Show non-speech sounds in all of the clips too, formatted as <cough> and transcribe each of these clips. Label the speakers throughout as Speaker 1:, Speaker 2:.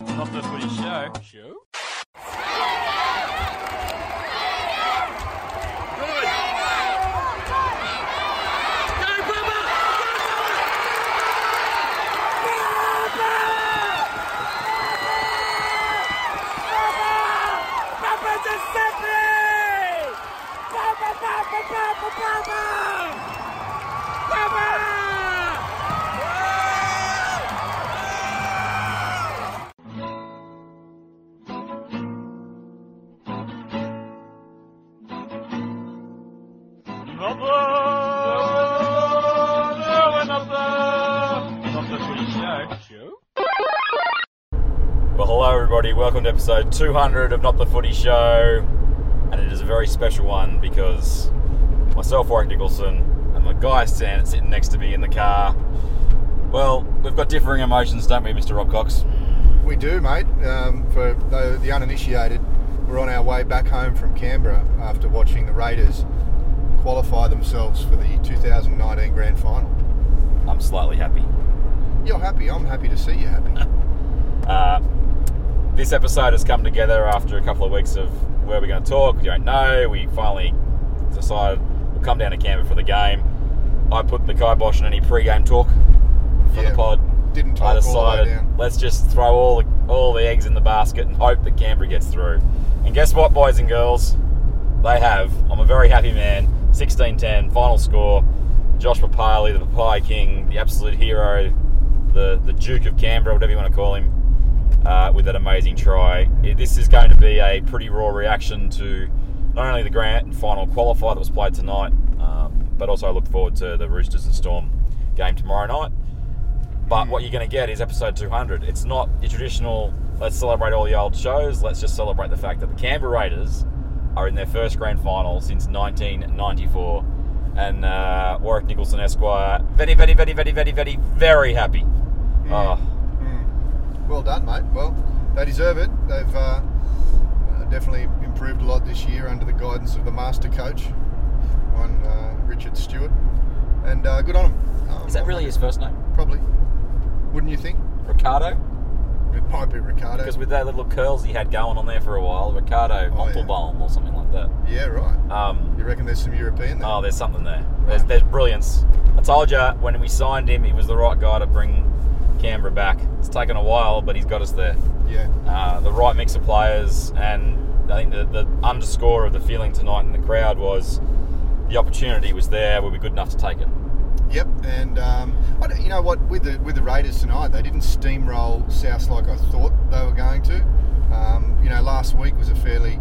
Speaker 1: Not the free show. Show? Not the free show. Show?
Speaker 2: Well, hello, everybody. Welcome to episode 200 of Not the Footy Show. And it is a very special one because myself, Warwick Nicholson, and my guy, Stan, sitting next to me in the car. Well, we've got differing emotions, don't we, Mr. Rob Cox?
Speaker 3: We do, mate. Um, for the, the uninitiated, we're on our way back home from Canberra after watching the Raiders qualify themselves for the 2019 Grand Final.
Speaker 2: I'm slightly happy.
Speaker 3: You're happy. I'm happy to see you happy.
Speaker 2: <laughs> Uh, this episode has come together after a couple of weeks of where we're going to talk. We don't know. We finally decided we'll come down to Canberra for the game. I put the kibosh on any pre-game talk for
Speaker 3: Yeah,
Speaker 2: the pod. I
Speaker 3: Didn't talk all the way
Speaker 2: decided
Speaker 3: down.
Speaker 2: let's just throw all the, all the eggs in the basket and hope that Canberra gets through. And guess what, boys and girls? They have. I'm a very happy man. 16-10, final score. Josh Papali, the Papai King, the absolute hero, the, the Duke of Canberra, whatever you want to call him, uh, with that amazing try. It- This is going to be a pretty raw reaction to not only the grand final qualifier that was played tonight, um, but also I look forward to the Roosters and Storm game tomorrow night.
Speaker 3: Hmm.
Speaker 2: But what you're going to get is episode 200. It's not your traditional, let's celebrate all the old shows, let's just celebrate the fact that the Canberra Raiders are in their first grand final since 1994. And uh, Warwick Nicholson Esquire, very, very, very, very, very, very, very happy.
Speaker 3: Hmm.
Speaker 2: Oh,
Speaker 3: Well done, mate. Well, they deserve it. They've uh, uh, definitely improved a lot this year under the guidance of the master coach, one uh, Richard Stewart, and uh, good on him. Um,
Speaker 2: is that
Speaker 3: I'm
Speaker 2: really his first name?
Speaker 3: happy- Probably. Wouldn't you think?
Speaker 2: Ricardo?
Speaker 3: Uh, It might be Ricardo.
Speaker 2: Because with that little curls he had going on there for a while, Ricardo
Speaker 3: Oh, yeah.
Speaker 2: Hompelbaum or something like that.
Speaker 3: yeah, right.
Speaker 2: Um,
Speaker 3: You reckon there's some European there?
Speaker 2: Oh, there's something there. There's, there's brilliance. I told you when we signed him, he was the right guy to bring Canberra back. It's taken a while, but he's got us there.
Speaker 3: yeah.
Speaker 2: Uh, the right mix of players, and I think the, the underscore of the feeling tonight in the crowd was the opportunity was there. We'll be good enough to take it.
Speaker 3: Yep, and um, I don't- you know what? With the with the Raiders tonight, they didn't steamroll South like I thought they were going to. Um, you know, last week was a fairly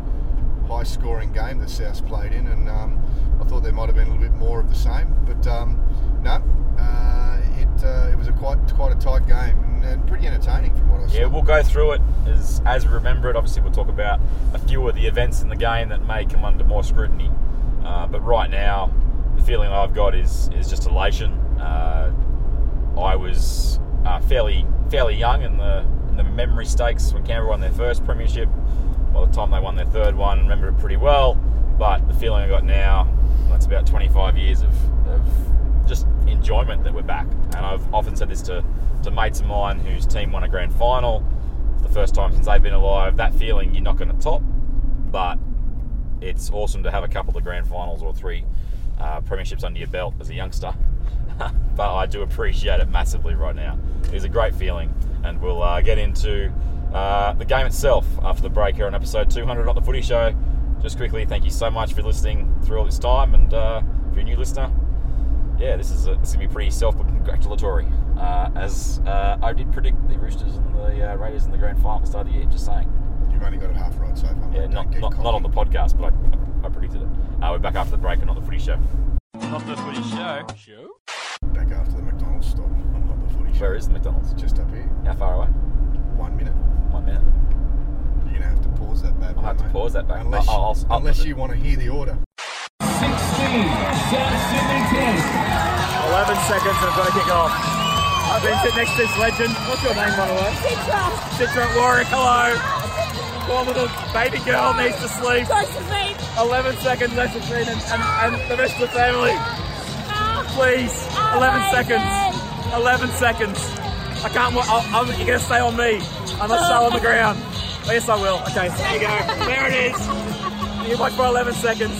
Speaker 3: high scoring game that South played in, and um, I thought there might have been a little bit more of the same. But um, no, uh, it uh, it was a quite quite a tight game and, and pretty entertaining from what I saw.
Speaker 2: Yeah, we'll go through it as as we remember it. Obviously, we'll talk about a few of the events in the game that may come under more scrutiny. Uh, but right now, the feeling I've got is is just elation. Uh, I was uh, fairly fairly young in the in the memory stakes when Canberra won their first premiership. By the time they won their third one, I remember it pretty well. But the feeling I got now, that's about 25 years of, of just enjoyment that we're back. And I've often said this to, to mates of mine whose team won a grand final for the first time since they've been alive. That feeling you're not going to top, but it's awesome to have a couple of grand finals or three uh, premierships under your belt as a youngster. <laughs> but I do appreciate it massively right now. It is a great feeling, and we'll uh, get into uh, the game itself after the break here on episode 200 of the Footy Show. Just quickly, thank you so much for listening through all this time, and uh, if you're a new listener, yeah, this is, a, this is gonna be pretty self-congratulatory, uh, as uh, I did predict the Roosters and the uh, Raiders in the grand final at the start of the year. Just saying.
Speaker 3: You've only got it half right so far. mate.
Speaker 2: Yeah,
Speaker 3: Don't
Speaker 2: not,
Speaker 3: get
Speaker 2: not, not
Speaker 3: cocky.
Speaker 2: on the podcast, but I, I predicted it. Uh, we're back after the break and on the footy show.
Speaker 1: Not the free show. Show?
Speaker 3: back after the McDonald's stop. I'm not the footy.
Speaker 2: Where is the McDonald's?
Speaker 3: Just up here.
Speaker 2: How far away?
Speaker 3: One minute.
Speaker 2: One minute.
Speaker 3: You're gonna have to pause that bad.
Speaker 2: I'll
Speaker 3: boy,
Speaker 2: have to
Speaker 3: mate.
Speaker 2: pause that back.
Speaker 3: Unless,
Speaker 2: I'll- I'll- I'll-
Speaker 3: unless you want to hear the order.
Speaker 4: 11 seconds and I've got to kick off. I've been sitting next to this legend. What's your name, by the way?
Speaker 5: Citra,
Speaker 4: Citra Warwick, hello. Poor little baby girl needs to sleep.
Speaker 5: Josephine,
Speaker 4: 11 seconds left between and, and, and the rest of the family.
Speaker 5: ah,
Speaker 4: Please, 11 seconds. 11 seconds. I can't. wa- I'll, I'm, you're gonna stay on me. I must stay on the ground. Oh, yes, I will. Okay, there you go. There it is. You watch for 11 seconds.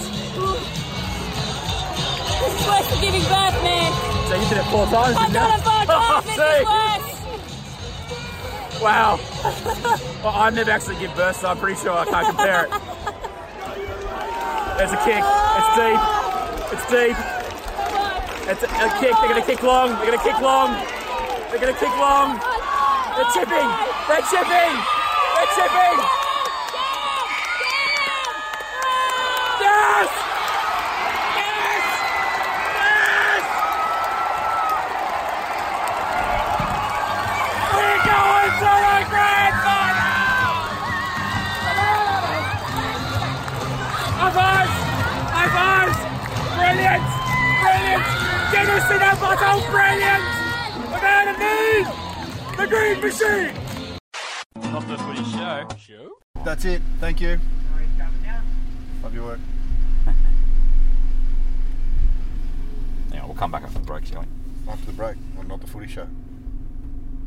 Speaker 5: This is worse than giving birth, man.
Speaker 4: So you did it four times. didn't
Speaker 5: I've
Speaker 4: you?
Speaker 5: done it four
Speaker 4: <laughs> Oh,
Speaker 5: times. This is worse.
Speaker 4: see? Wow. Well, I never actually give birth, so I'm pretty sure I can't compare it. There's a kick. It's deep. It's deep. It's a, a kick. They're gonna kick long. They're gonna kick long. They're gonna kick long. They're chipping. They're chipping. They're chipping. Yes! Yes! Yes! We're going to the grand final! Avance! Avance! Brilliant! Brilliant! Can you see that bottle? Brilliant! The man in need! The green machine!
Speaker 1: Not the Show. Show.
Speaker 3: That's it. Thank you. Love your work.
Speaker 2: Yeah, we'll come back after the break, shall we?
Speaker 3: After the break, well, not the footy show.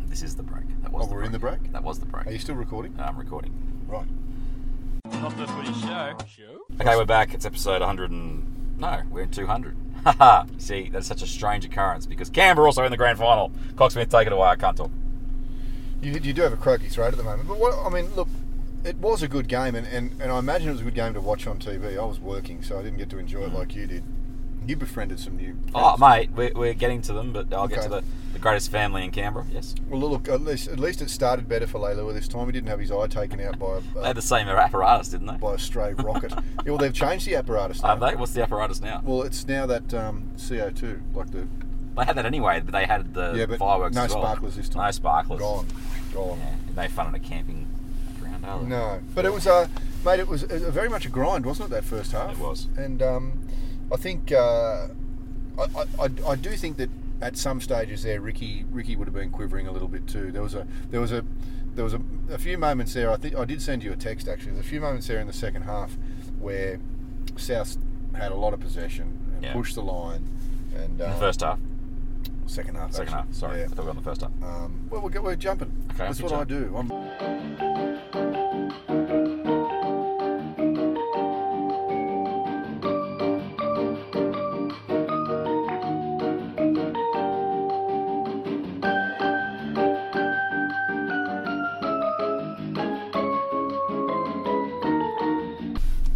Speaker 2: This is the break. That
Speaker 3: Oh,
Speaker 2: was
Speaker 3: we're in the break?
Speaker 2: That was the break.
Speaker 3: Are you still recording?
Speaker 2: I'm recording.
Speaker 3: Right.
Speaker 1: Not the Show. Show.
Speaker 2: Okay, we're back. It's episode 100 and... No, we're in 200. Haha. <laughs> See, that's such a strange occurrence because Canberra also in the grand final. Cocksmith, take it away. I can't talk.
Speaker 3: You, you do have a croaky throat at the moment, but what I mean, look, it was a good game, and, and, and I imagine it was a good game to watch on TV. I was working, so I didn't get to enjoy it like you did. You befriended some new.
Speaker 2: Mm. Oh, mate,
Speaker 3: friends.
Speaker 2: we're, we're getting to them, but I'll get
Speaker 3: Okay.
Speaker 2: to the, the greatest family in Canberra. Yes.
Speaker 3: Well, look, at least at least it started better for Leilua this time. He didn't have his eye taken out by a,
Speaker 2: They had the same apparatus, didn't they?
Speaker 3: by a stray
Speaker 2: <laughs>
Speaker 3: rocket. yeah, well, they've changed the apparatus. Now.
Speaker 2: Have they? What's the apparatus now?
Speaker 3: Well, it's now that um, CO two, like the
Speaker 2: They had that anyway, but they had the
Speaker 3: yeah, but
Speaker 2: fireworks
Speaker 3: no
Speaker 2: as well.
Speaker 3: sparklers this time.
Speaker 2: No sparklers.
Speaker 3: Gone, gone.
Speaker 2: Yeah, no fun in a camping ground, are they?
Speaker 3: No, but it was uh, mate. It was uh, very much a grind, wasn't it? That first half.
Speaker 2: It was.
Speaker 3: and um, I think uh, I, I, I- I do think that at some stages there, Ricky Ricky would have been quivering a little bit too. There was a there was a there was a, a few moments there. I think I did send you a text actually. There's a few moments there in the second half where South had a lot of possession and
Speaker 2: Yeah.
Speaker 3: pushed the line. And
Speaker 2: In
Speaker 3: uh,
Speaker 2: the first half.
Speaker 3: second half,
Speaker 2: Second
Speaker 3: actually.
Speaker 2: half. Sorry,
Speaker 3: Yeah.
Speaker 2: I thought we were on the first half.
Speaker 3: Um, well, we're, we're jumping.
Speaker 2: Okay,
Speaker 3: That's
Speaker 2: keep
Speaker 3: what I do. I'm,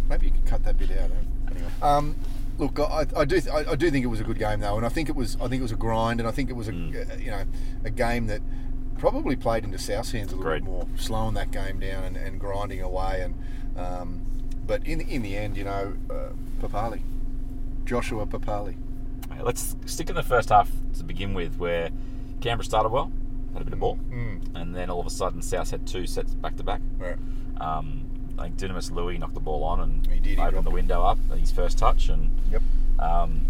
Speaker 3: Maybe you could cut that bit out. eh? Anyway. Um, look, I, I do, th- I, I do think it was a good game though, and I think it was, I think it was a grind, and I think it was a, uh, you know, a game that probably played into South's hands a little
Speaker 2: Agreed.
Speaker 3: bit more, slowing that game down and, and grinding away, and um, but in in the end, you know, uh, Papali, Joshua Papali,
Speaker 2: Mate, Let's stick in the first half to begin with, where Canberra started well, had a bit of ball,
Speaker 3: Mm.
Speaker 2: and then all of a sudden South had two sets back to back.
Speaker 3: right.
Speaker 2: Um, I think Dynamis Louis knocked the ball on and
Speaker 3: He did, he
Speaker 2: opened
Speaker 3: dropped
Speaker 2: the
Speaker 3: it.
Speaker 2: window up, his first touch, and
Speaker 3: Yep.
Speaker 2: Um,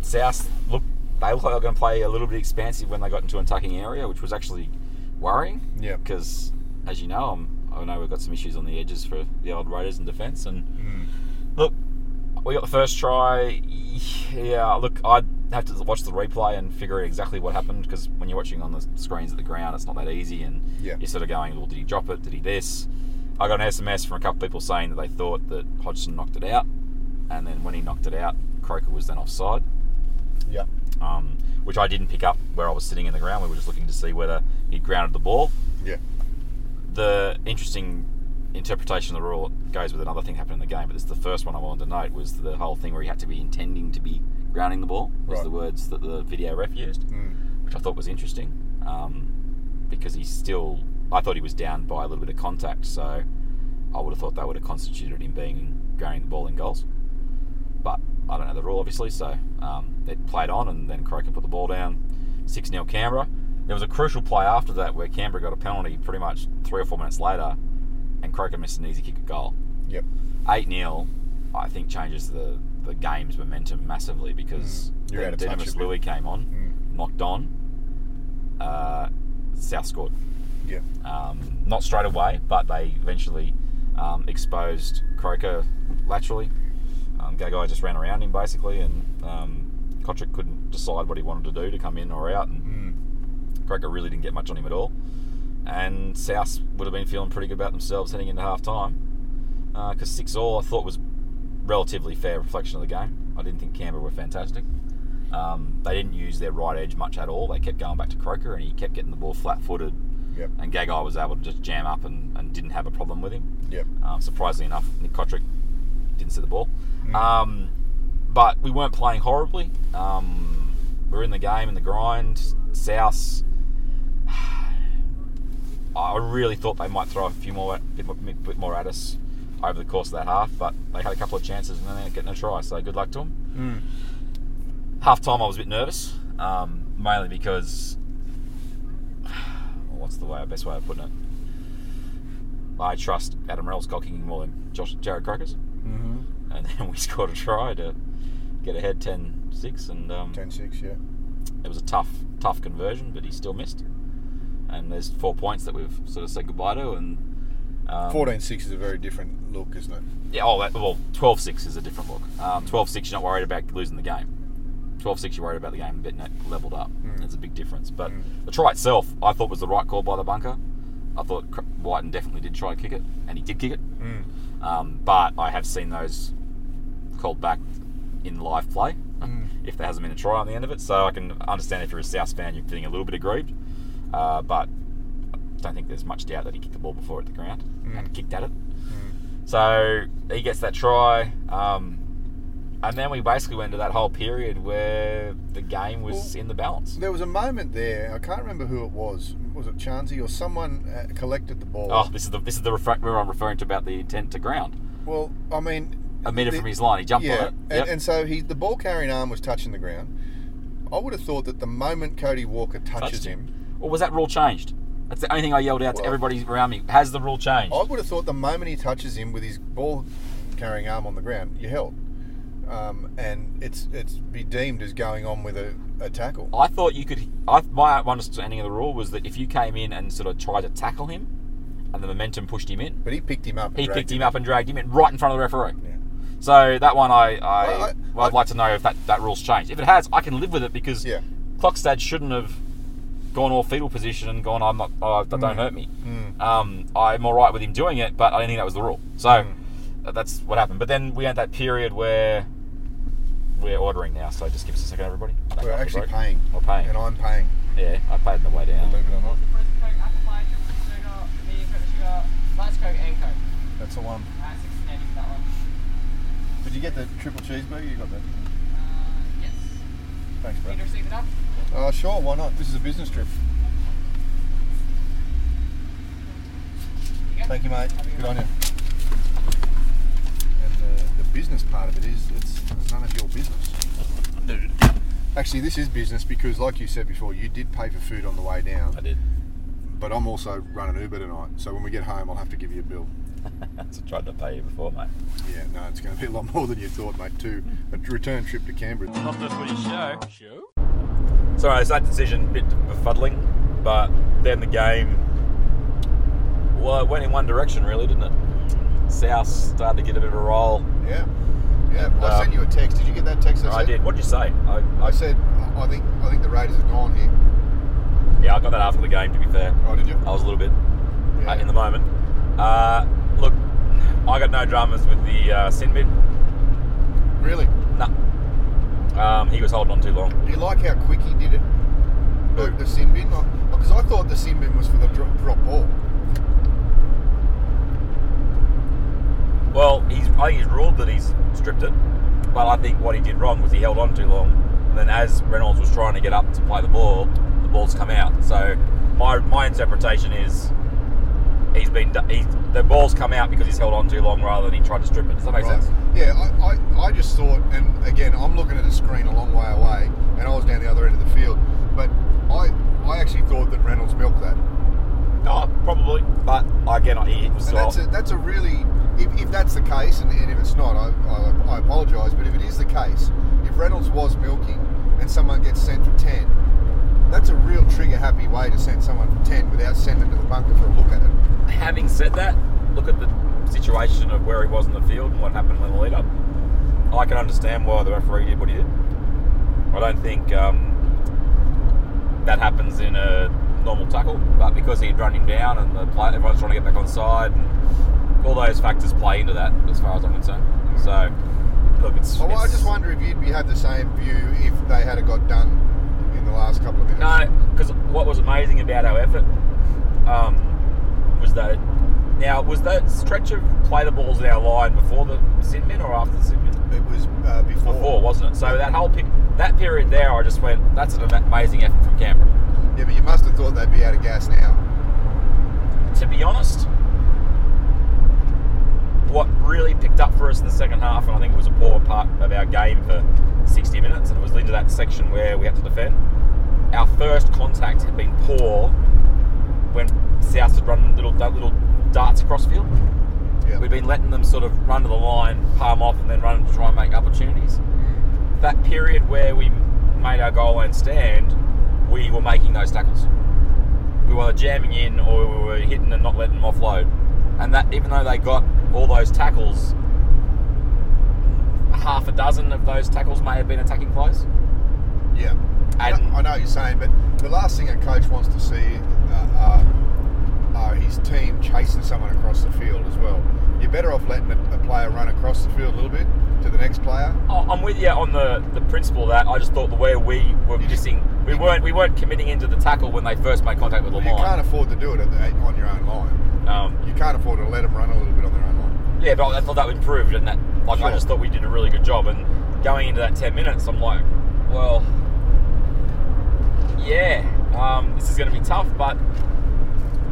Speaker 2: South look they look like they're going to play a little bit expansive when they got into a tucking area, which was actually worrying.
Speaker 3: Yeah.
Speaker 2: Because as you know, i I know we've got some issues on the edges for the old Raiders in defence, and
Speaker 3: Mm.
Speaker 2: look, we got the first try. Yeah, look, I'd have to watch the replay and figure out exactly what happened because when you're watching on the screens at the ground, it's not that easy, and
Speaker 3: Yeah.
Speaker 2: you're sort of going, well, did he drop it? Did he this? I got an SMS from a couple of people saying that they thought that Hodgson knocked it out, and then when he knocked it out, Croker was then offside,
Speaker 3: Yeah.
Speaker 2: um, which I didn't pick up where I was sitting in the ground. We were just looking to see whether he grounded the ball
Speaker 3: Yeah.
Speaker 2: the interesting interpretation of the rule goes with another thing happened in the game, but it's the first one I wanted to note was the whole thing where he had to be intending to be grounding the ball was
Speaker 3: Right.
Speaker 2: the words that the video ref used, which I thought was interesting um, because he still I thought he was down by a little bit of contact, so I would have thought that would have constituted him being grounding the ball in goals, but I don't know the rule obviously, so um, it played on and then Croker put the ball down, six 0 Canberra. There was a crucial play after that where Canberra got a penalty pretty much three or four minutes later, and Croker missed an easy kick at goal.
Speaker 3: Yep.
Speaker 2: 8 0, I think, changes the, the game's momentum massively because
Speaker 3: Mm. You're
Speaker 2: then
Speaker 3: out of touch Mm. a
Speaker 2: Dynamis
Speaker 3: bit.
Speaker 2: Louis came on, knocked on, uh, South scored.
Speaker 3: Yeah.
Speaker 2: Um, not straight away, but they eventually um, exposed Croker laterally. Um, Gagai just ran around him basically, and um, Kotrick couldn't decide what he wanted to do to come in or out. And Croker really didn't get much on him at all. And South would have been feeling pretty good about themselves heading into half time because six all I thought was relatively fair reflection of the game. I didn't think Canberra were fantastic. Um, they didn't use their right edge much at all. They kept going back to Croker, and he kept getting the ball flat-footed.
Speaker 3: Yep.
Speaker 2: And Gagai was able to just jam up and, and didn't have a problem with him.
Speaker 3: Yep.
Speaker 2: Um, surprisingly enough, Nick Kotrick didn't see the ball. Um, but we weren't playing horribly. Um, we were in the game, in the grind. South, <sighs> I really thought they might throw a few more, bit, more- bit more at us over the course of that half, but they had a couple of chances and then they're getting a try. So good luck to them. Half time, I was a bit nervous, um, mainly because <sighs> what's the way, best way of putting it? I trust Adam Rell's goal kicking more than Josh Jared Crocker's. Mm-hmm. And <laughs> then we scored a try to get ahead 10-6 and um,
Speaker 3: 10-6, yeah.
Speaker 2: it was a tough, tough conversion, but he still missed. And there's four points that we've sort of said goodbye to, and
Speaker 3: 14-6 is a very different look, isn't it?
Speaker 2: yeah, oh, that, well, 12-6 is a different look. Um, 12-6, you're not worried about losing the game. 12-6, you're worried about the game getting it leveled up. There's a big difference. But the try itself, I thought was the right call by the bunker. I thought Cr- Whiten definitely did try to kick it, and he did kick it. Um, but I have seen those called back in live play <laughs> if there hasn't been a try on the end of it. So I can understand if you're a South fan, you're feeling a little bit aggrieved. Uh, but I don't think there's much doubt that he kicked the ball before at the ground and kicked at it. So he gets that try. Um, and then we basically went to that whole period where the game was
Speaker 3: Well-
Speaker 2: in the balance.
Speaker 3: There was a moment there, I can't remember who it was. Was it Chansey or someone uh, collected the ball?
Speaker 2: Oh, this is the this is the refer- where I'm referring to about the intent to ground.
Speaker 3: Well, I mean,
Speaker 2: A meter
Speaker 3: the-
Speaker 2: from his line, he jumped
Speaker 3: yeah,
Speaker 2: on it.
Speaker 3: and,
Speaker 2: Yep.
Speaker 3: and so he the ball carrying arm was touching the ground. I would have thought that the moment Cody Walker touches
Speaker 2: Touched
Speaker 3: him,
Speaker 2: Or was that rule changed? That's the only thing I yelled out to
Speaker 3: Well- Oh.
Speaker 2: everybody around me. Has the rule changed?
Speaker 3: I would have thought the moment he touches him with his ball carrying arm on the ground, you're held. Um, and it's it's be deemed as going on with a, a tackle.
Speaker 2: I thought you could. I, my understanding of the rule was that if you came in and sort of tried to tackle him, and the momentum pushed him in,
Speaker 3: But he picked him up. and
Speaker 2: he
Speaker 3: dragged
Speaker 2: picked him up and dragged him in right in front of the referee.
Speaker 3: Yeah.
Speaker 2: So that one, I, I,
Speaker 3: Well, I-
Speaker 2: well, I'd like to know if that, that rule's changed. If it has, I can live with it because
Speaker 3: Yeah.
Speaker 2: Clockstad shouldn't have gone all fetal position and gone, "I'm not, oh, that
Speaker 3: Mm.
Speaker 2: don't hurt me." Um, I'm all right with him doing it, but I didn't think that was the rule. So
Speaker 3: Mm.
Speaker 2: uh, that's what happened. But then we had that period where we're ordering now. So just give us a second, everybody. Back
Speaker 3: We're
Speaker 2: after
Speaker 3: actually
Speaker 2: break.
Speaker 3: paying.
Speaker 2: We're paying.
Speaker 3: And I'm paying,
Speaker 2: Yeah, I paid on the way down.
Speaker 3: believe it or not.
Speaker 6: Where's the Coke? Apple pie, triple sugar, medium Coke, sugar, large Coke, and Coke.
Speaker 3: That's the one.
Speaker 6: Uh, 1680 for that one.
Speaker 3: Did you get the triple cheeseburger? You got that.
Speaker 6: Uh, yes.
Speaker 3: Thanks,
Speaker 6: Do
Speaker 3: bro.
Speaker 6: you receive it up?
Speaker 3: Uh, sure, why not? This is a business trip.
Speaker 6: you go.
Speaker 3: Thank you, mate. Good on you. And uh, the, the business part of it is it's, it's none of your business. Actually, this is business because, like you said before, you did pay for food on the way down.
Speaker 2: I did.
Speaker 3: But I'm also running Uber tonight, so when we get home, I'll have to give you a bill.
Speaker 2: That's what I tried to pay you before, mate.
Speaker 3: Yeah, no, it's going to be a lot more than you thought, mate. Too a return trip to Canberra.
Speaker 2: Oh.
Speaker 1: After the show. Show.
Speaker 2: Sorry, it's that decision a bit befuddling, but then the game, well, it went in one direction really, didn't it? South started to get a bit of a roll.
Speaker 3: Yeah, yeah.
Speaker 2: And,
Speaker 3: I
Speaker 2: um,
Speaker 3: sent you a text. Did you get that text?
Speaker 2: I
Speaker 3: sent?
Speaker 2: did. What did you say? I,
Speaker 3: I said I think I think the Raiders have gone here.
Speaker 2: yeah, I got that after the game. To be fair,
Speaker 3: Oh, did you?
Speaker 2: I was a little bit
Speaker 3: Yeah.
Speaker 2: uh, in the moment. Uh, look, I got no dramas with the uh, sin bin.
Speaker 3: Really?
Speaker 2: No, um, he was holding on too long.
Speaker 3: Do you like how quick he did it? The, the sin bin? Because I thought the sin bin was for the drop, drop ball.
Speaker 2: Well, he's I think he's ruled that he's stripped it, but I think what he did wrong was he held on too long. And then as Reynolds was trying to get up to play the ball, the ball's come out. So my my interpretation is he's been d- he's, the ball's come out because he's held on too long rather than he tried to strip it. Does that make
Speaker 3: Right.
Speaker 2: sense?
Speaker 3: Yeah, I, I, I just thought, and again, I'm looking at the screen a long way away, and I was down the other end of the field, but I I actually thought that Reynolds milked that.
Speaker 2: No, probably. But again, I- he was
Speaker 3: Oh, And that's a, that's a really, if, if that's the case, and, and if it's not, I, I, I apologise, but if it is the case, if Reynolds was milking and someone gets sent for 10, that's a real trigger happy way to send someone for 10 without sending them to the bunker for a look at it.
Speaker 2: Having said that, look at the situation of where he was in the field and what happened in the lead up. I can understand why the referee did what he did. I don't think um, that happens in a normal tackle, but because he'd run him down and the play, everyone's trying to get back on side, and all those factors play into that as far as I'm concerned. So, look, it's.
Speaker 3: Well, I
Speaker 2: it's-
Speaker 3: just wonder if you'd be, have the same view if they had have got done in the last couple of minutes.
Speaker 2: No, because what was amazing about our effort um, was that. It, now, was that stretch of play the balls in our line before the sin bin or after the sin bin?
Speaker 3: It was uh, before.
Speaker 2: Before, wasn't it? So that whole pe- that period there, I just went, that's an amazing effort from Canberra.
Speaker 3: Yeah, but you must have thought they'd be out of gas now.
Speaker 2: To be honest, what really picked up for us in the second half, and I think it was a poor part of our game for 60 minutes, and it was into that section where we had to defend. Our first contact had been poor when South had run little little darts across field.
Speaker 3: Yeah.
Speaker 2: We've been letting them sort of run to the line, palm off, and then run and try and make opportunities. That period where we made our goal line stand, we were making those tackles. We were jamming in, or we were hitting and not letting them offload. And that, even though they got all those tackles, half a dozen of those tackles may have been attacking plays.
Speaker 3: Yeah.
Speaker 2: And-
Speaker 3: I know what you're saying, but the last thing a coach wants to see uh, are, are his team chasing someone across the field as well. You're better off letting a, a player run across the field a little bit to the next player.
Speaker 2: I- I'm with you on the, the principle of that I just thought the way we were
Speaker 3: You just-
Speaker 2: missing, we weren't we weren't committing into the tackle when they first made contact with the
Speaker 3: Well, you can't
Speaker 2: line.
Speaker 3: afford to do it at the, on your own line.
Speaker 2: Um,
Speaker 3: You can't afford to let them run a little bit on their own line.
Speaker 2: Yeah, but I thought that improved, and that like I
Speaker 3: Sure.
Speaker 2: just thought we did a really good job. And going into that ten minutes, I'm like, well, yeah, um, this is going to be tough. But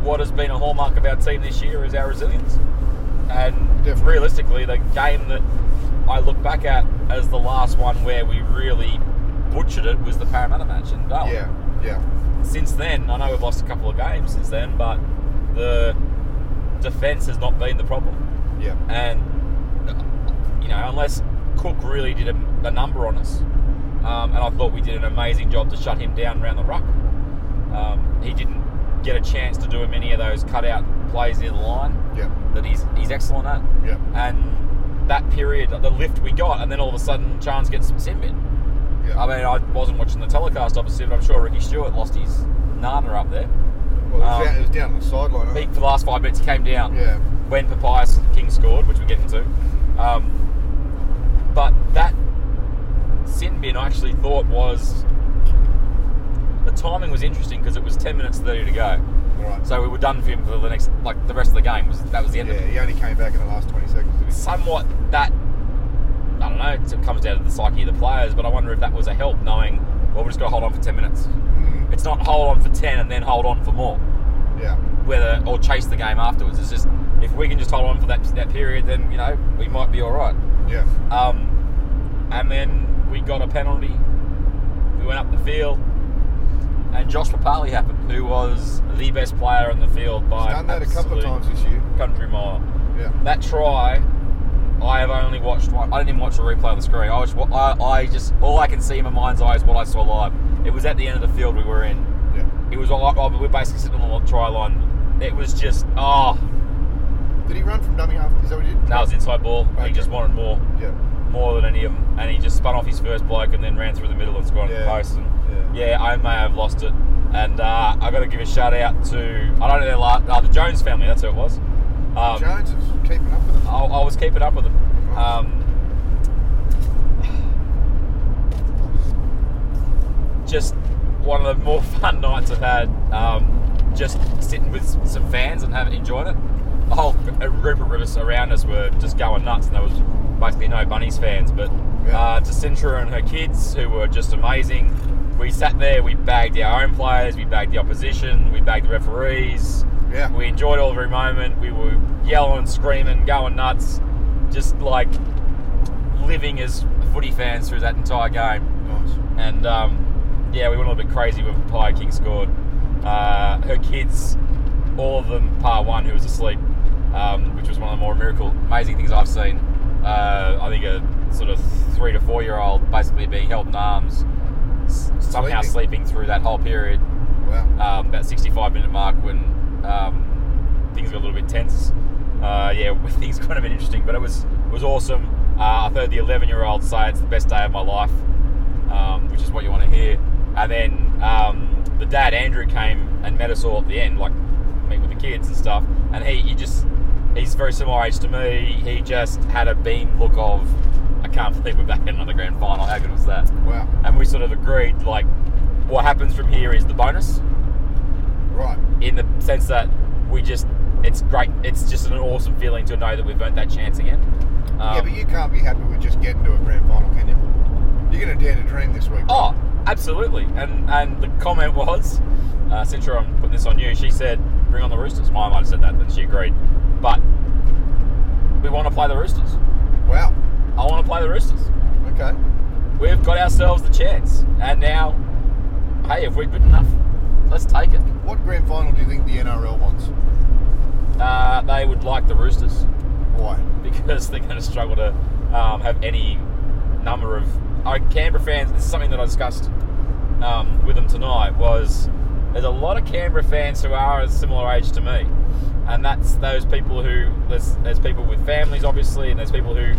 Speaker 2: what has been a hallmark of our team this year is our resilience. And
Speaker 3: Definitely.
Speaker 2: realistically, the game that I look back at as the last one where we really butchered it was the Parramatta match in Darwin
Speaker 3: Yeah, yeah.
Speaker 2: since then, I know we've lost a couple of games since then, but the defence has not been the problem.
Speaker 3: Yeah.
Speaker 2: And, uh, you know, unless Cook really did a, a number on us, um, and I thought we did an amazing job to shut him down around the ruck, um, he didn't get a chance to do many of those cutout plays near the line
Speaker 3: Yeah,
Speaker 2: that he's, he's excellent at
Speaker 3: yeah.
Speaker 2: and that period, the lift we got, and then all of a sudden, Chance gets some sin bin.
Speaker 3: Yeah.
Speaker 2: I mean, I wasn't watching the telecast, obviously, but I'm sure Ricky Stewart lost his nana up there.
Speaker 3: Well, it was,
Speaker 2: Um,
Speaker 3: down, it was down on the sideline. I
Speaker 2: He,
Speaker 3: think.
Speaker 2: for the last five minutes, he came down.
Speaker 3: Yeah.
Speaker 2: When Papias King scored, which we're getting to. Um, but that sin bin, I actually thought was. The timing was interesting because it was 10 minutes 30 to go.
Speaker 3: All right.
Speaker 2: So we were done for him for the next, like the rest of the game. Was That was the end of it.
Speaker 3: yeah, he only came back in the last 20 seconds. Didn't he?
Speaker 2: somewhat that I don't know. It comes down to the psyche of the players, but I wonder if that was a help knowing. Well, we just got to hold on for ten minutes. It's not hold on for ten and then hold on for more.
Speaker 3: Yeah.
Speaker 2: Whether or chase the game afterwards. It's just if we can just hold on for that that period, then you know we might be all right.
Speaker 3: Yeah.
Speaker 2: Um, and then we got a penalty. We went up the field, and Josh Papali happened, who was the best player on the field by
Speaker 3: He's done that a couple
Speaker 2: absolute
Speaker 3: of times this year.
Speaker 2: country mile
Speaker 3: Yeah.
Speaker 2: that try, I have only watched one. I didn't even watch the replay of the screen. I was, I, I just all I can see in my mind's eye is what I saw live. It was at the end of the field we were in.
Speaker 3: Yeah.
Speaker 2: It was all, oh, we we're basically sitting on the try line. It was just oh,
Speaker 3: Did he run from dummy half? Is that what he did?
Speaker 2: that was inside ball. He
Speaker 3: Okay.
Speaker 2: just wanted more,
Speaker 3: Yeah.
Speaker 2: more than any of them, and he just spun off his first bloke and then ran through the middle and scored on the
Speaker 3: Yeah.
Speaker 2: post. And yeah. I may have lost it. And uh, I got to give a shout out to I don't know their last, uh, the Jones family. That's who it was. Um,
Speaker 3: Jones is keeping up with him.
Speaker 2: I, I was keeping up with them. Um, Um, just one of the more <laughs> fun nights I've had. Um, just sitting with s- some fans and having enjoyed it. The whole g- a group of us around us were just going nuts, and there was basically no Bunnies fans. But
Speaker 3: Yeah.
Speaker 2: uh, to Cintra and her kids, who were just amazing. We sat there, we bagged our own players, we bagged the opposition, we bagged the referees.
Speaker 3: Yeah.
Speaker 2: We enjoyed all every moment. We were yelling, screaming, going nuts, just like living as footy fans through that entire game.
Speaker 3: Nice.
Speaker 2: And um, yeah, we went a little bit crazy when Papaya King scored. Uh, her kids, all of them, par one who was asleep, um, which was one of the more miracle, amazing things I've seen. Uh, I think a sort of three to four year old basically being held in arms, s- somehow sleeping
Speaker 3: Sleeping.
Speaker 2: through that whole period
Speaker 3: Wow.
Speaker 2: um, about 65 minute mark when um, things got a little bit tense. Uh, yeah, <laughs> things got a bit interesting, but it was was awesome. Uh, I've heard the 11 year old say it's the best day of my life, um, which is what you want to hear. And then um, the dad Andrew came and met us all at the end, like meet with the kids and stuff. And he, he just he's very similar age to me. He just had a beam look of I can't believe we're back in another grand final. How good was that?
Speaker 3: Wow.
Speaker 2: And we sort of agreed like what happens from here is the bonus
Speaker 3: Right.
Speaker 2: in the sense that we just it's great. It's just an awesome feeling to know that we've earned that chance again. Um,
Speaker 3: yeah, but you can't be happy with just getting to a grand final, can you? You're going to dare to dream this week.
Speaker 2: Oh, absolutely. And and the comment was, uh, since you're on, putting this on you, she said, "Bring on the Roosters." Mine might have said that, but she agreed. But we want to play the Roosters.
Speaker 3: Wow.
Speaker 2: I want to play the Roosters.
Speaker 3: Okay.
Speaker 2: We've got ourselves the chance, and now, hey, if we're good enough, let's take it.
Speaker 3: What grand final do you think the NRL wants?
Speaker 2: Uh, they would like the Roosters
Speaker 3: Why?
Speaker 2: <laughs> because they're going to struggle to um, have any number of. Our Canberra fans, this is something that I discussed um, with them tonight, was there's a lot of Canberra fans who are a similar age to me. And that's those people who, there's, there's people with families, obviously, and there's people who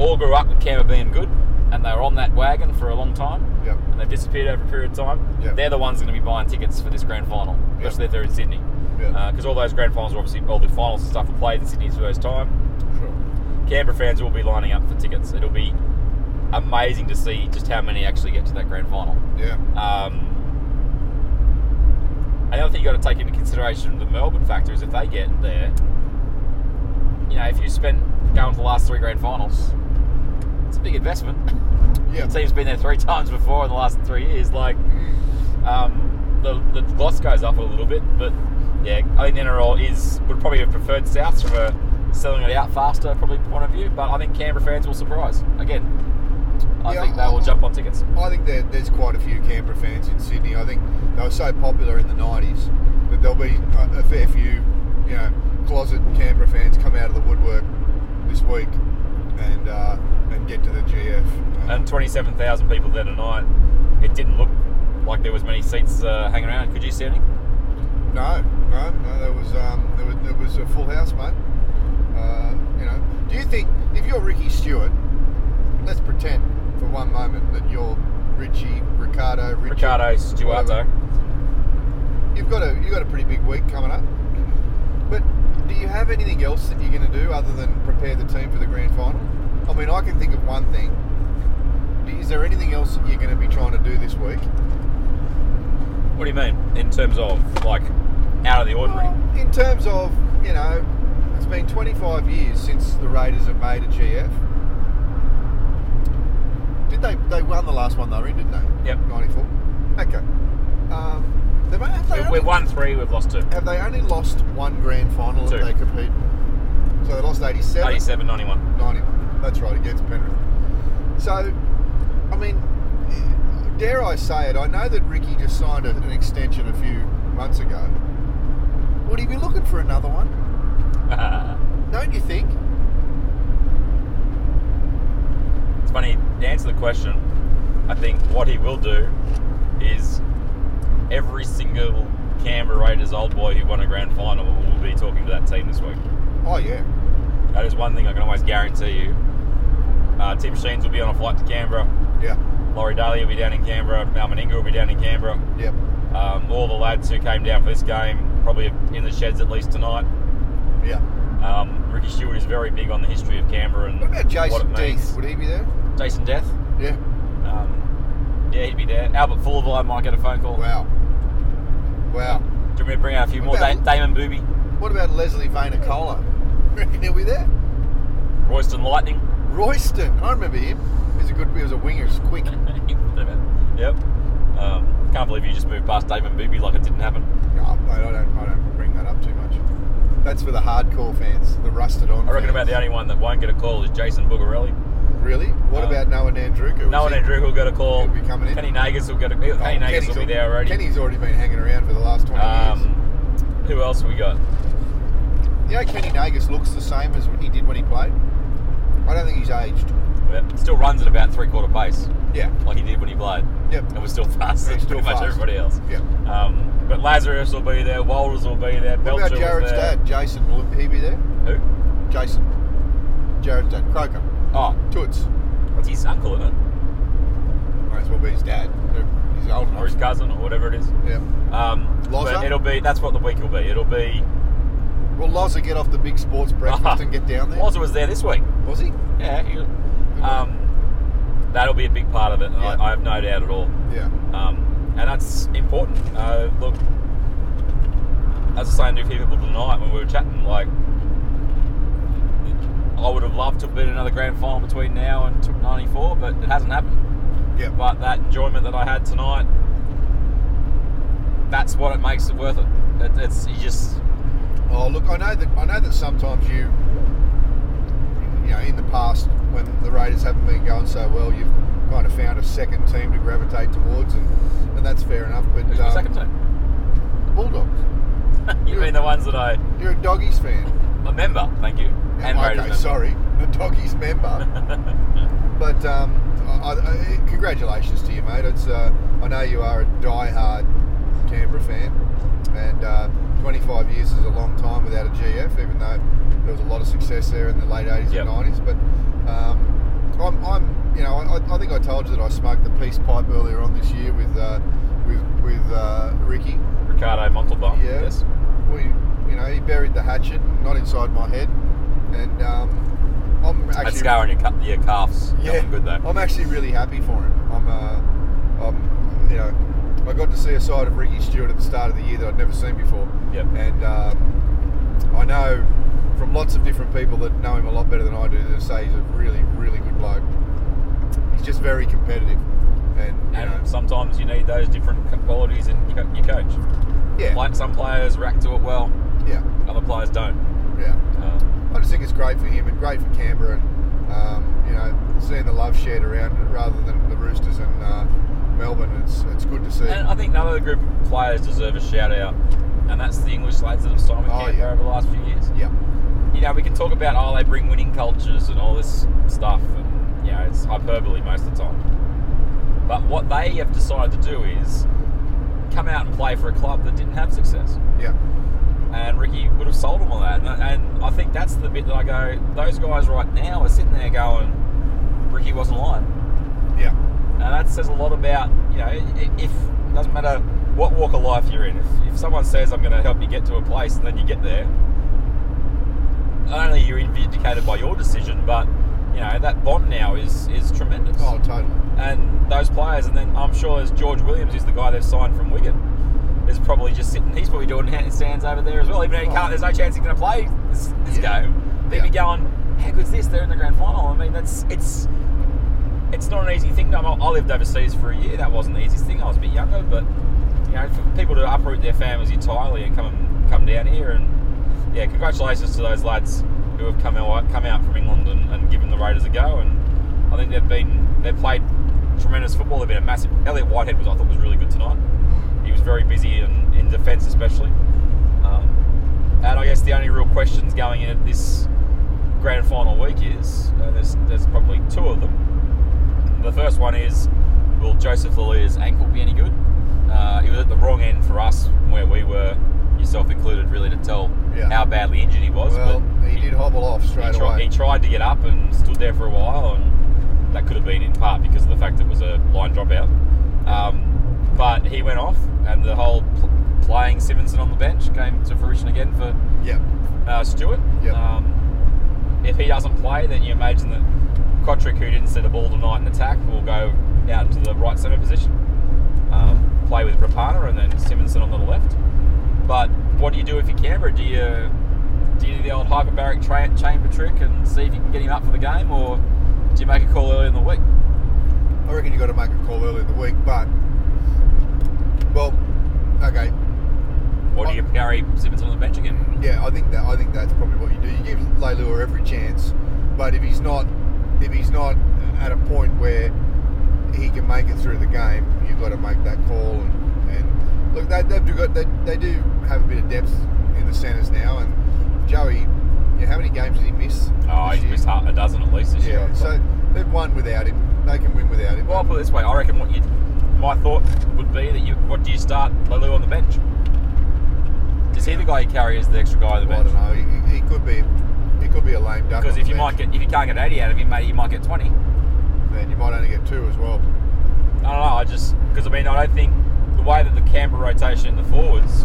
Speaker 2: all grew up with Canberra being good, and they were on that wagon for a long time
Speaker 3: Yep.
Speaker 2: and they've disappeared over a period of time,
Speaker 3: Yeah.
Speaker 2: they're the ones going to be buying tickets for this grand final,
Speaker 3: Yeah.
Speaker 2: especially if they're in Sydney.
Speaker 3: Yeah.
Speaker 2: Because all those grand finals are obviously, all the finals and stuff were played in Sydney for the first time.
Speaker 3: Sure.
Speaker 2: Canberra fans will be lining up for tickets. It'll be amazing to see just how many actually get to that grand final.
Speaker 3: Yeah.
Speaker 2: Um, another thing you've got to take into consideration the Melbourne factor is if they get there, you know, if you spent going for the last three grand finals, it's a big investment
Speaker 3: Yeah.
Speaker 2: the team's been there three <laughs> times before in the last three years. Like, um, the, the loss goes up a little bit, but yeah, I think NRL is would probably have preferred South from a selling it out faster probably point of view. But I think Canberra fans will surprise again. I
Speaker 3: Yeah,
Speaker 2: think they will
Speaker 3: I-
Speaker 2: jump on tickets.
Speaker 3: I think there, there's quite a few Canberra fans in Sydney. I think they were so popular in the 90s that there'll be uh, a, a fair few, you know, closet Canberra fans come out of the woodwork this week and uh, and get to the GF. Uh,
Speaker 2: And twenty-seven thousand people there tonight. It didn't look like there was many seats uh, hanging around. Could you see any?
Speaker 3: no, no, no. There was um, there was, there was a full house, mate. Uh, you know, do you think if you're Ricky Stewart, let's pretend for one moment that you're Richie Ricardo, Richard,
Speaker 2: Ricardo Stuarto.
Speaker 3: whatever. you've got a you've got a pretty big week coming up. But do you have anything else that you're going to do other than prepare the team for the grand final? I mean, I can think of one thing. Do- Is there anything else that you're going to be trying to do this week?
Speaker 2: What do you mean in terms of like out of the ordinary?
Speaker 3: Well, in terms of you know, it's been 25 years since the Raiders have made a GF. Did they? They won the last one they were in, didn't they?
Speaker 2: Yep.
Speaker 3: 94. Okay. Um, they, have they
Speaker 2: We-
Speaker 3: only-
Speaker 2: We've won three. We've lost two.
Speaker 3: Have they only lost one grand final
Speaker 2: Two.
Speaker 3: that they compete? So they lost 87,
Speaker 2: 87, 91.
Speaker 3: 91. That's right, against Penrith. So, I mean, dare I say it, I know that Ricky just signed a- an extension a few months ago. Would he be looking for another one?
Speaker 2: <laughs> it's
Speaker 3: Don't you think?
Speaker 2: funny to answer the question. I think what he will do is every single Canberra Raiders old boy who won a grand final will be talking to that team this week.
Speaker 3: Oh, yeah.
Speaker 2: That is one thing I can almost guarantee you. Uh, Tim Sheens will be on a flight to Canberra.
Speaker 3: Yeah.
Speaker 2: Laurie Daly will be down in Canberra. Mal Meninga will be down in Canberra.
Speaker 3: Yep.
Speaker 2: Um, all the lads who came down for this game probably in the sheds at least tonight.
Speaker 3: Yeah.
Speaker 2: Um, Ricky Stewart is very big on the history of Canberra and
Speaker 3: What about Jason
Speaker 2: what it means.
Speaker 3: Death? Would he be there?
Speaker 2: Jason Death.
Speaker 3: Yeah.
Speaker 2: Um, yeah, he'd be there. Albert Fullerby might get a phone call.
Speaker 3: Wow. Wow.
Speaker 2: Do you want me to bring out a few more?
Speaker 3: Well-
Speaker 2: Da- Damon Booby,
Speaker 3: What about Leslie Vaynercola? <laughs> Reckon he'll be there?
Speaker 2: Royston Lightning.
Speaker 3: Royston. I remember him. He's a good. He was a winger. He's
Speaker 2: <laughs>
Speaker 3: quick.
Speaker 2: yep. Um, can't believe you just moved past Damon Booby like it didn't happen.
Speaker 3: No, mate, I don't. I don't bring that up too much. That's for the hardcore fans, the rusted on.
Speaker 2: I reckon about the only one that won't get a call is Jason Bugarelli.
Speaker 3: Really? What
Speaker 2: Um,
Speaker 3: about Noah Nandruka?
Speaker 2: No one, Andrew, will get a call.
Speaker 3: He'll be coming in. Oh,
Speaker 2: Kenny Nagus will get a call. Kenny Nagus will be there already.
Speaker 3: Kenny's already been hanging around for the last twenty
Speaker 2: um, who else we got?
Speaker 3: years. You know, Kenny Nagus looks the same as he did when he played. I don't think he's aged.
Speaker 2: Yep. Still runs at about three quarter pace,
Speaker 3: Yeah.
Speaker 2: like he did when he played.
Speaker 3: Yep.
Speaker 2: And was still <laughs> faster
Speaker 3: He's
Speaker 2: than
Speaker 3: still
Speaker 2: pretty much
Speaker 3: fast.
Speaker 2: everybody else.
Speaker 3: Yeah.
Speaker 2: Um, but Lazarus will be there, Walters will be there,
Speaker 3: What
Speaker 2: Belcher
Speaker 3: about Jared's
Speaker 2: was there.
Speaker 3: dad, Jason? Will he be there?
Speaker 2: Who?
Speaker 3: Jason. Jared's dad, Croker,
Speaker 2: Oh,
Speaker 3: Toots.
Speaker 2: that's his uncle, isn't it?
Speaker 3: Might as well be his dad. They're- His His older
Speaker 2: or his
Speaker 3: one.
Speaker 2: cousin or whatever it is.
Speaker 3: Yeah.
Speaker 2: Um, but
Speaker 3: Loza?
Speaker 2: it'll be that's what the week will be. It'll be.
Speaker 3: Will Lozza get off the
Speaker 2: <laughs>
Speaker 3: big sports breakfast and get down there?
Speaker 2: Loza was there this week.
Speaker 3: Was he?
Speaker 2: Yeah. he- um, that'll be a big part of it.
Speaker 3: Yeah.
Speaker 2: I, I have no doubt at all.
Speaker 3: Yeah.
Speaker 2: Um, and that's important. Uh, look, as I was saying to a few people tonight when we were chatting, like, I would have loved to have been another grand final between now and 94, but it hasn't happened.
Speaker 3: Yeah.
Speaker 2: But that enjoyment that I had tonight, that's what it makes it worth it. it it's you just,
Speaker 3: Oh, look, I know that I know that sometimes you, you know, in the past when the Raiders haven't been going so well, you've kind of found a second team to gravitate towards, and, and that's fair enough. But
Speaker 2: who's my second <laughs> team?
Speaker 3: the Bulldogs.
Speaker 2: You mean the ones that I
Speaker 3: You're a doggies fan.
Speaker 2: remember? Thank you. And
Speaker 3: okay,
Speaker 2: Raiders member.
Speaker 3: sorry, a doggies member. but um, I, I, congratulations to you, mate. It's uh, I know you are a die-hard Canberra fan, and uh, 25 years is a long time without a GF, even though there was a lot of success there in the late 80s
Speaker 2: Yep.
Speaker 3: and 90s. But um, I'm, I'm, you know, I, I think I told you that I smoked the peace pipe earlier on this year with uh, with with uh, Ricky.
Speaker 2: Ricardo Montalban.
Speaker 3: Yeah.
Speaker 2: Yes.
Speaker 3: We, you know, he buried the hatchet, not inside my head, and um, I'm actually.
Speaker 2: That scar on your, cu- your calves.
Speaker 3: <laughs> Yeah, Oh,
Speaker 2: Nothing good though.
Speaker 3: I'm actually really happy for him. I'm, uh, I'm, you know, I got to see a side of Ricky Stewart at the start of the year that I'd never seen before.
Speaker 2: Yep.
Speaker 3: And um, I know from lots of different people that know him a lot better than I do that say he's a really, really good bloke. He's just very competitive, and you know,
Speaker 2: And sometimes you need those different co- qualities in your co- your coach.
Speaker 3: yeah,
Speaker 2: Like some players react to it well,
Speaker 3: yeah,
Speaker 2: other players don't.
Speaker 3: yeah.
Speaker 2: Um,
Speaker 3: I just think it's great for him and great for Canberra, and um, you know, seeing the love shared around it rather than the Roosters and uh, Melbourne, it's it's good to see.
Speaker 2: and I think another group of players deserve a shout out, and that's the English lads that have signed with
Speaker 3: Oh,
Speaker 2: Canberra
Speaker 3: yeah.
Speaker 2: over the last few years.
Speaker 3: yeah,
Speaker 2: You know, we can talk about oh they bring winning cultures and all this stuff, and you know it's hyperbole most of the time. But what they have decided to do is come out and play for a club that didn't have success.
Speaker 3: yeah,
Speaker 2: and Ricky would have sold him on that. And, and I think that's the bit that I go, those guys right now are sitting there going, Ricky wasn't lying.
Speaker 3: yeah.
Speaker 2: And that says a lot about, you know, i- if, doesn't matter what walk of life you're in, if, if someone says, I'm going to help you get to a place, and then you get there, not only are you vindicated by your decision, but, you know, that bond now is, is tremendous
Speaker 3: Oh, totally.
Speaker 2: and those players. And then I'm sure as George Williams is the guy they've signed from Wigan, is probably just sitting. He's probably doing handstands over there as well. Even though he can't, there's no chance he's going to play this, this
Speaker 3: Oh. Yeah.
Speaker 2: game. They'd be going, "How good's this? They're in the grand final." I mean, that's it's it's not an easy thing. I, I lived overseas for a year. That wasn't the easiest thing. I was a bit younger, but you know, for people to uproot their families entirely and come and come down here and yeah, congratulations to those lads who have come out come out from England and, and given the Raiders a go. And I think they've been they've played tremendous football. They've been a massive. Elliot Whitehead was I thought was really good tonight. He was very busy in, in defence especially. Um, and I guess the only real questions going in at this grand final week is uh, there's there's probably two of them. The first one is will Joseph Lalia's ankle be any good? Uh, he was at the wrong end for us, where we were, yourself included, really to tell
Speaker 3: Yeah.
Speaker 2: how badly injured he was.
Speaker 3: Well,
Speaker 2: but
Speaker 3: he did hobble off
Speaker 2: he,
Speaker 3: straight
Speaker 2: tri-
Speaker 3: away.
Speaker 2: he tried to get up and stood there for a while, and that could have been in part because of the fact it was a line dropout. Um, but he went off, and the whole pl- playing Simonson on the bench came to fruition again for
Speaker 3: yeah,
Speaker 2: uh, Stewart.
Speaker 3: Yep.
Speaker 2: Um, if he doesn't play, then you imagine that Kotrick, who didn't see the ball tonight in attack, will go out to the right centre position, um, play with Rapana, and then Simonson on the left. But what do you do if you Canberra? Do you do you do the old hyperbaric tra- chamber trick and see if you can get him up for the game, or do you make a call early in the week?
Speaker 3: I reckon you got to make a call early in the week, but well, okay,
Speaker 2: Or do you
Speaker 3: Oh.
Speaker 2: carry Simonson on the bench again?
Speaker 3: yeah, I think that I think that's probably what you do. You give Leilua every chance, but if he's not if he's not at a point where he can make it through the game, you've got to make that call. And, and look, they, they've got they, they do have a bit of depth in the centres now. And Joey, yeah, how many games did he miss?
Speaker 2: Oh,
Speaker 3: this
Speaker 2: he's
Speaker 3: year?
Speaker 2: missed half a dozen at least this year.
Speaker 3: Yeah, so they've won without him. They can win without him.
Speaker 2: Well, I'll put it this way. I reckon what you, my thought would be that you, what do you start Lulu on the bench? Is he the guy you carry as the extra guy on the
Speaker 3: I
Speaker 2: bench?
Speaker 3: don't know. He, he could be, he could be a lame duck.
Speaker 2: Because
Speaker 3: on
Speaker 2: if
Speaker 3: the
Speaker 2: you might
Speaker 3: bench,
Speaker 2: get, if you can't get eighty out of him, mate, you might get twenty.
Speaker 3: then you might only get two as well.
Speaker 2: I don't know. I just because I mean I don't think the way that the Canberra rotation in the forwards,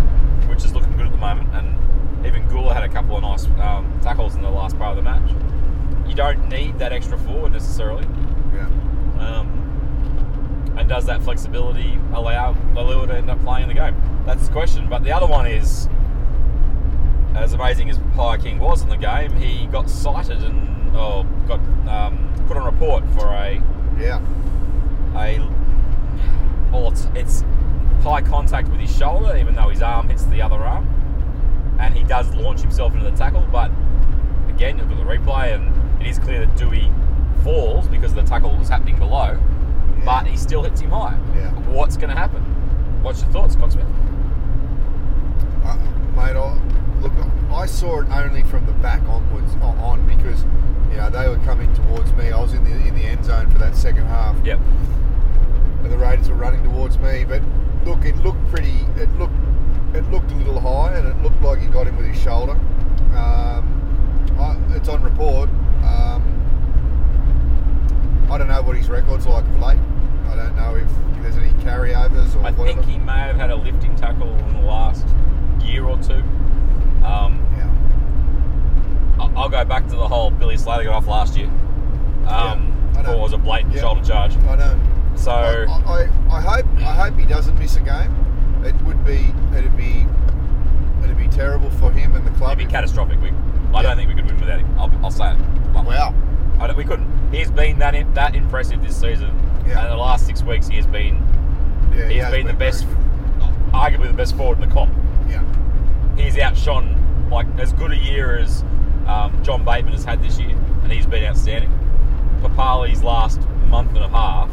Speaker 2: which is looking good at the moment, and even Gula had a couple of nice um, tackles in the last part of the match. You don't need that extra forward necessarily.
Speaker 3: Yeah.
Speaker 2: Um, and does that flexibility allow Malua to end up playing the game? That's the question. But the other one is, as amazing as Pyre King was in the game, he got cited and oh, got um, put on report for a
Speaker 3: Yeah.
Speaker 2: a well, it's, it's high contact with his shoulder, even though his arm hits the other arm, and he does launch himself into the tackle. But again, you look at the replay, and it is clear that Dewey falls because the tackle was happening below, but he still hits him high.
Speaker 3: Yeah.
Speaker 2: What's going to happen? What's your thoughts, Scott Smith?
Speaker 3: Uh, mate, I, look, I saw it only from the back onwards o- on because you know they were coming towards me. I was in the in the end zone for that second half,
Speaker 2: Yep.
Speaker 3: and the Raiders were running towards me. But look, it looked pretty. It looked it looked a little high, and it looked like he got him with his shoulder. Um, I, it's on report. Um, I don't know what his record's like of late. I don't know if there's any carryovers or
Speaker 2: I
Speaker 3: whatever.
Speaker 2: think he may have had a lifting tackle in the last year or two. Um,
Speaker 3: yeah.
Speaker 2: I- I'll go back to the whole Billy Slater got off last year. Um,
Speaker 3: Yeah, I
Speaker 2: for
Speaker 3: know.
Speaker 2: what was a blatant
Speaker 3: Yeah.
Speaker 2: shoulder charge.
Speaker 3: I know.
Speaker 2: So
Speaker 3: I, I, I hope I hope he doesn't miss a game. It would be it'd be it'd be terrible for him and the club.
Speaker 2: it'd be
Speaker 3: if-
Speaker 2: catastrophic. We, I
Speaker 3: Yeah.
Speaker 2: don't think we could win without him. I'll, I'll say it. Like,
Speaker 3: wow.
Speaker 2: I don't, we couldn't. He's been that im- that impressive this season.
Speaker 3: Yeah.
Speaker 2: And the last six weeks, he has been
Speaker 3: Yeah,
Speaker 2: he
Speaker 3: yeah,
Speaker 2: has been the
Speaker 3: very
Speaker 2: best,
Speaker 3: good.
Speaker 2: arguably the best forward in the comp.
Speaker 3: Yeah,
Speaker 2: He's outshone like as good a year as um, John Bateman has had this year, and he's been outstanding. Papali's last month and a half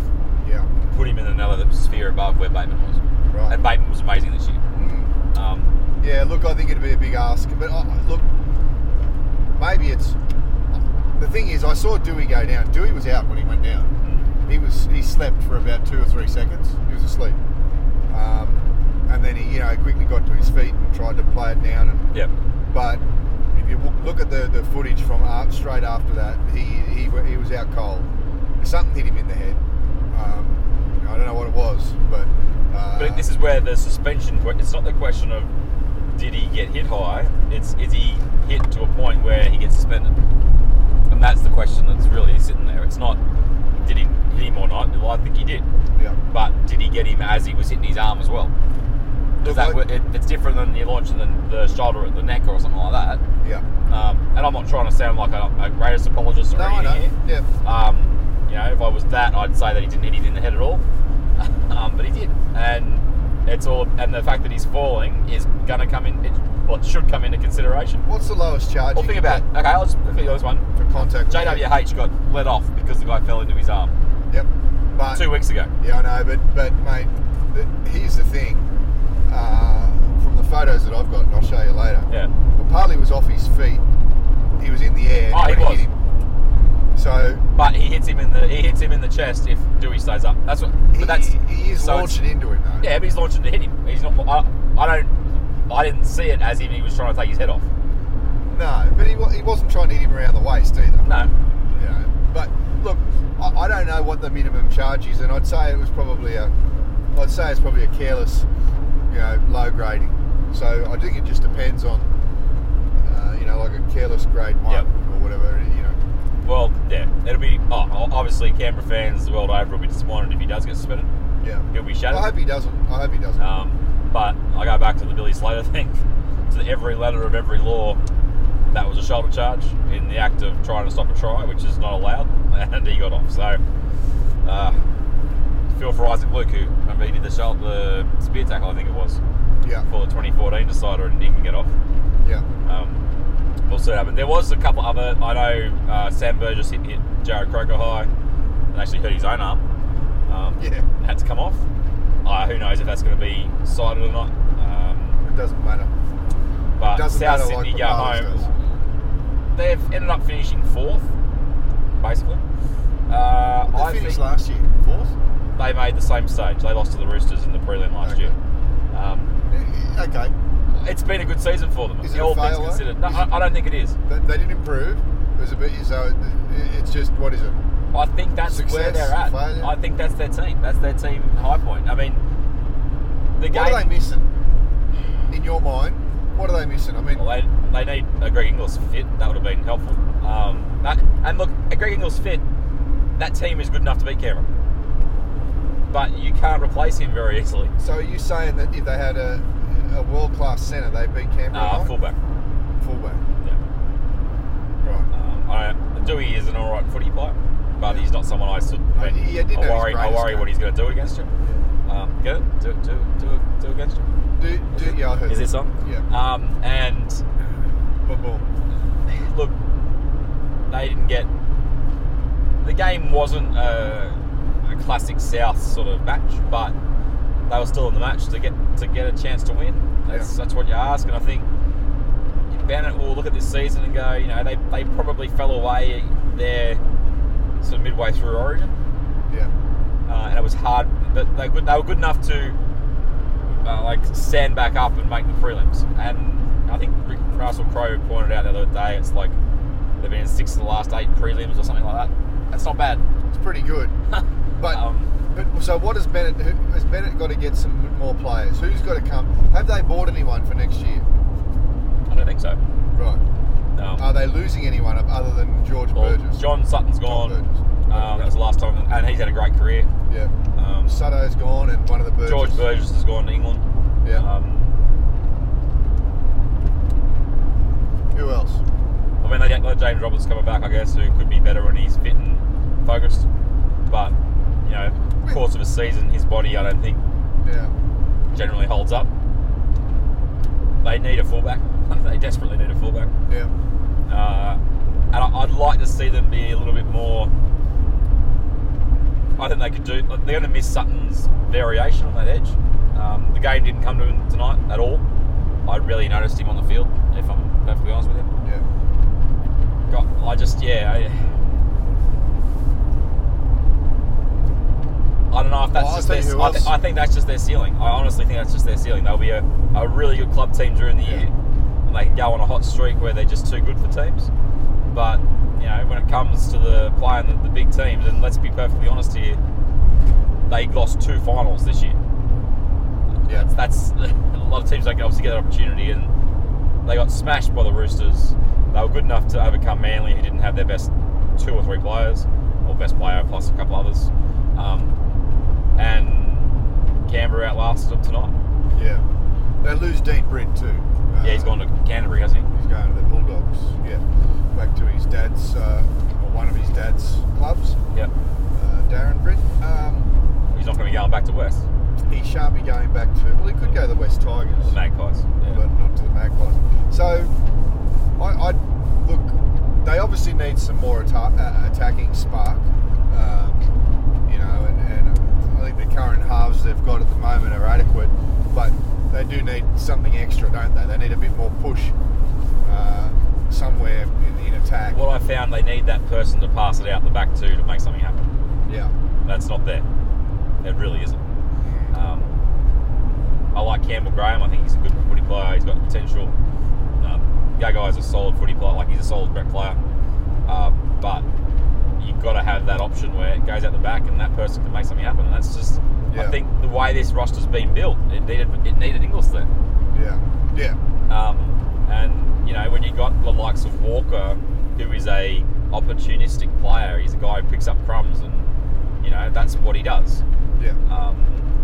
Speaker 3: yeah,
Speaker 2: put him in another sphere above where Bateman was,
Speaker 3: Right.
Speaker 2: and Bateman was amazing this year.
Speaker 3: Mm.
Speaker 2: Um,
Speaker 3: yeah. Look, I think it'd be a big ask, but I, I- look, maybe it's the thing is I saw Dewey go down. Dewey was out when he went down. He was he slept for about two or three seconds. He was asleep, um, and then he you know quickly got to his feet and tried to play it down and
Speaker 2: yeah,
Speaker 3: But if you w- look at the, the footage from up, straight after that, he, he w- he was out cold. Something hit him in the head. Um, I don't know what it was, but, uh,
Speaker 2: But this is where the suspension. que- It's not the question of did he get hit high. It's is he hit to a point where he gets suspended, and that's the question that's really sitting there. It's not did he hit him or not. Well, I think he did,
Speaker 3: yeah,
Speaker 2: but did he get him as he was hitting his arm as well? Does
Speaker 3: Look,
Speaker 2: that
Speaker 3: I-
Speaker 2: wo- it, it's different than you launching the, the shoulder at the neck or something like that.
Speaker 3: yeah.
Speaker 2: Um, and I'm not trying to sound like a, a greatest apologist or
Speaker 3: No, I
Speaker 2: anything
Speaker 3: know.
Speaker 2: here.
Speaker 3: Yeah,
Speaker 2: Um, you know, if I was that, I'd say that he didn't hit it in the head at all. <laughs> um, but he did, and it's all. And the fact that he's falling is going to come in. It, well, it should come into consideration.
Speaker 3: what's the lowest charge?
Speaker 2: Well,
Speaker 3: you
Speaker 2: think
Speaker 3: can
Speaker 2: about. Okay, I'll just quickly go this one.
Speaker 3: get for contact. with that?
Speaker 2: JWH got let off because the guy fell into his arm
Speaker 3: Yep. But
Speaker 2: two weeks ago.
Speaker 3: Yeah, I know, but but mate, the, here's the thing. Uh, from the photos that I've got, and I'll show you later.
Speaker 2: Yeah.
Speaker 3: Papali was off his feet. He was in the air.
Speaker 2: Oh, he
Speaker 3: when
Speaker 2: was.
Speaker 3: Hit him. So
Speaker 2: But he hits him in the he hits him in the chest if Dewey stays up. That's what.
Speaker 3: He-
Speaker 2: But that's
Speaker 3: he, he is
Speaker 2: so it's-
Speaker 3: launching into him though.
Speaker 2: Yeah, but he's launching to hit him. He's not. I, I don't. I didn't see it as if he was trying to take his head off.
Speaker 3: No, but he, wa- he wasn't trying to hit him around the waist either.
Speaker 2: No.
Speaker 3: You know. But look, I, I don't know what the minimum charge is, and I'd say it was probably a, I'd say it's probably a careless, you know, low grading. So I think it just depends on, uh, you know, like a careless grade one
Speaker 2: Yep.
Speaker 3: or whatever. You know.
Speaker 2: Well, yeah, it'll be. Oh, obviously, Canberra fans the world over will be disappointed if he does get suspended.
Speaker 3: Yeah.
Speaker 2: He'll be
Speaker 3: I
Speaker 2: shattered.
Speaker 3: hope he doesn't. I hope he doesn't.
Speaker 2: Um, but I go back to the Billy Slater <laughs> thing. To every letter of every law, that was a shoulder charge in the act of trying to stop a try, which is not allowed, <laughs> and he got off. So, uh, feel for Isaac Luke, who remember he did the shoulder, the spear tackle, I think it was,
Speaker 3: yeah.
Speaker 2: for the 2014 decider, and he can get off.
Speaker 3: Yeah.
Speaker 2: Um, we'll see what happens. There was a couple other. I know uh, Sam Burgess hit, hit Jared Croker high and actually hurt his own arm. Um,
Speaker 3: Yeah.
Speaker 2: Had to come off. Uh, who knows if that's going to be sided or not. Um,
Speaker 3: It doesn't matter.
Speaker 2: but
Speaker 3: It doesn't
Speaker 2: South
Speaker 3: matter
Speaker 2: Sydney
Speaker 3: like
Speaker 2: go
Speaker 3: Papali's
Speaker 2: home.
Speaker 3: does.
Speaker 2: They've ended up finishing fourth, basically. Uh,
Speaker 3: They
Speaker 2: I
Speaker 3: finished
Speaker 2: think
Speaker 3: last year fourth.
Speaker 2: they made the same stage. They lost to the Roosters in the prelim last
Speaker 3: Okay.
Speaker 2: year. Um,
Speaker 3: Eh, Okay.
Speaker 2: it's been a good season for them.
Speaker 3: Is it a
Speaker 2: all things
Speaker 3: failure?
Speaker 2: considered, no,
Speaker 3: Is
Speaker 2: I, I don't think it is.
Speaker 3: They, they didn't improve. It was a bit so. it- It's just what is it?
Speaker 2: I think that's where
Speaker 3: Success,
Speaker 2: they're at.
Speaker 3: failure.
Speaker 2: I think that's their team. That's their team high point. I mean, the
Speaker 3: What are they
Speaker 2: game.
Speaker 3: missing? In your mind, what are they missing? I mean,
Speaker 2: Well, they, they need a Greg Inglis fit. That would have been helpful. Um, that- and look, a Greg Inglis fit, that team is good enough to beat Canberra. But you can't replace him very easily.
Speaker 3: so are you saying that if they had a, a world class centre, they beat Canberra?
Speaker 2: Uh,
Speaker 3: tonight?
Speaker 2: fullback.
Speaker 3: fullback.
Speaker 2: Yeah.
Speaker 3: Right.
Speaker 2: Um, I, Dewey is an all right footy player, but he's not someone I should.
Speaker 3: I- he- I did have his
Speaker 2: worry. I
Speaker 3: greatest
Speaker 2: worry what
Speaker 3: game.
Speaker 2: he's going to do against you. Um, get it? Do do do do against you.
Speaker 3: Do, do, yeah, I heard
Speaker 2: Is
Speaker 3: that.
Speaker 2: this on?
Speaker 3: Yeah.
Speaker 2: Um, and
Speaker 3: But ball.
Speaker 2: look, they didn't get. The game wasn't a, a classic South sort of match, but they were still in the match to get to get a chance to win. That's
Speaker 3: Yeah.
Speaker 2: that's what you ask, and I think Bennett will look at this season and go, you know, they, they probably fell away there sort of midway through Origin
Speaker 3: Yeah.
Speaker 2: uh, and it was hard. But they were good, they were good enough to uh, like stand back up and make the prelims. And I think Rick Russell Crowe pointed out the other day, it's like they've been in six of the last eight prelims or something like that. That's not bad.
Speaker 3: It's pretty
Speaker 2: <laughs>
Speaker 3: good. But,
Speaker 2: Um,
Speaker 3: but so what has Bennett? Who, has Bennett got to get some more players? Who's got to come? Have they bought anyone for next year?
Speaker 2: I don't think so.
Speaker 3: Right.
Speaker 2: Um,
Speaker 3: Are they losing anyone other than George
Speaker 2: well,
Speaker 3: Burgess?
Speaker 2: John Sutton's gone.
Speaker 3: Burgess.
Speaker 2: Um, that was the last time, and he's had a great career.
Speaker 3: Yeah.
Speaker 2: Um,
Speaker 3: Sutto's gone, and one of the Burgess.
Speaker 2: George Burgess has gone to England.
Speaker 3: Yeah.
Speaker 2: Um,
Speaker 3: Who else?
Speaker 2: I mean, they don't let James Roberts coming back, I guess, who could be better when he's fit and focused. But, you know, course of a season, his body, I don't think,
Speaker 3: Yeah.
Speaker 2: generally holds up. They need a fullback. <laughs> they desperately need a fullback.
Speaker 3: Yeah.
Speaker 2: Uh, and I, I'd like to see them be a little bit more. I think they could do. They're going to miss Sutton's variation on that edge. Um, the game didn't come to him tonight at all. I really noticed him on the field, if I'm perfectly honest with you.
Speaker 3: Yeah.
Speaker 2: God, I just yeah. I, I don't know if that's
Speaker 3: Well, I'll
Speaker 2: just
Speaker 3: tell
Speaker 2: their.
Speaker 3: you who
Speaker 2: I, th-
Speaker 3: else-
Speaker 2: I think that's just their ceiling. I honestly think that's just their ceiling. They'll be a, a really good club team during the
Speaker 3: Yeah.
Speaker 2: year, and they can go on a hot streak where they're just too good for teams. But you know, when it comes to the playing the, the big teams, and let's be perfectly honest here, they lost two finals this year.
Speaker 3: Yeah.
Speaker 2: That's <laughs> a lot of teams don't obviously get that opportunity, and they got smashed by the Roosters. They were good enough to overcome Manly, who didn't have their best two or three players, or best player plus a couple others. Um, and Canberra outlasted them tonight.
Speaker 3: Yeah. They lose Dean Brent too.
Speaker 2: Yeah, he's gone to Canterbury, hasn't he?
Speaker 3: He's going to the Bulldogs. Yeah. Back to his dad's, uh, or one of his dad's clubs,
Speaker 2: Yep.
Speaker 3: uh, Darren Brent. Um,
Speaker 2: He's not going to be going back to West.
Speaker 3: he shan't be going back to. Well, he could go to the West Tigers,
Speaker 2: The Magpies.
Speaker 3: but
Speaker 2: Yeah.
Speaker 3: not to the Magpies. So, I, I look. They obviously need some more atta- uh, attacking spark. Um, you know, and, and I think the current halves they've got at the moment are adequate, but they do need something extra, don't they? They need a bit more push. Uh, somewhere in, in attack.
Speaker 2: What I found, they need that person to pass it out the back to to make something happen.
Speaker 3: Yeah.
Speaker 2: That's not there. It really isn't. Um, I like Campbell Graham. I think he's a good footy player. He's got potential. Um, that guy's a solid footy player. Like he's a solid rep player. Uh, but you've got to have that option where it goes out the back and that person can make something happen. And that's just,
Speaker 3: Yeah.
Speaker 2: I think, the way this roster's been built. It needed it needed Ingles there.
Speaker 3: Yeah. Yeah.
Speaker 2: Um, and you know, when you got the likes of Walker, who is a opportunistic player, he's a guy who picks up crumbs, and you know that's what he does.
Speaker 3: Yeah.
Speaker 2: Um,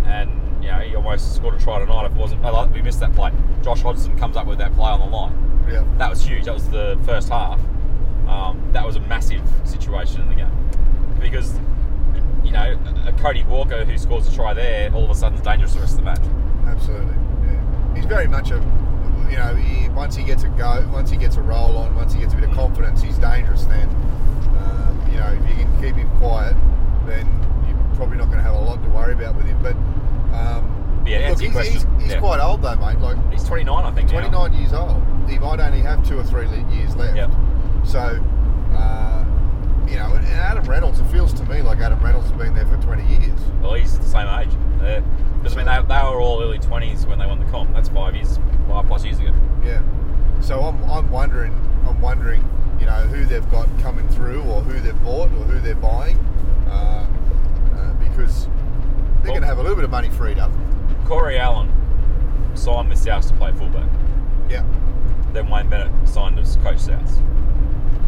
Speaker 2: and you know, he almost scored a try tonight. If it wasn't, I like we missed that play. Josh Hodgson comes up with that play on the line.
Speaker 3: Yeah.
Speaker 2: That was huge. That was the first half. Um, that was a massive situation in the game because you know a Cody Walker who scores a try there all of a sudden is dangerous the rest of the match.
Speaker 3: Absolutely. Yeah. He's very much a, you know, he, once he gets a go, once he gets a roll on, once he gets a bit of confidence, he's dangerous then. Um, you know, if you can keep him quiet, then you're probably not going to have a lot to worry about with him. But, um,
Speaker 2: Yeah,
Speaker 3: look,
Speaker 2: answer your
Speaker 3: he's, he's,
Speaker 2: question.
Speaker 3: he's
Speaker 2: Yeah.
Speaker 3: quite old though, mate. Like
Speaker 2: He's 29, I think. now.
Speaker 3: 29 years old. He might only have two or three le- years left.
Speaker 2: Yep.
Speaker 3: So, uh, you know, and Adam Reynolds, it feels to me like Adam Reynolds has been there for 20 years.
Speaker 2: Well, he's the same age. Because, I mean, they, they were all early 20s when they won the comp. That's five years, five plus years ago.
Speaker 3: Yeah. So I'm, I'm wondering, I'm wondering you know who they've got coming through or who they've bought or who they're buying, uh, uh, because they're
Speaker 2: Well-
Speaker 3: going to have a little bit of money freed up.
Speaker 2: Corey Allen signed with South to play fullback.
Speaker 3: Yeah,
Speaker 2: Then Wayne Bennett signed as coach South.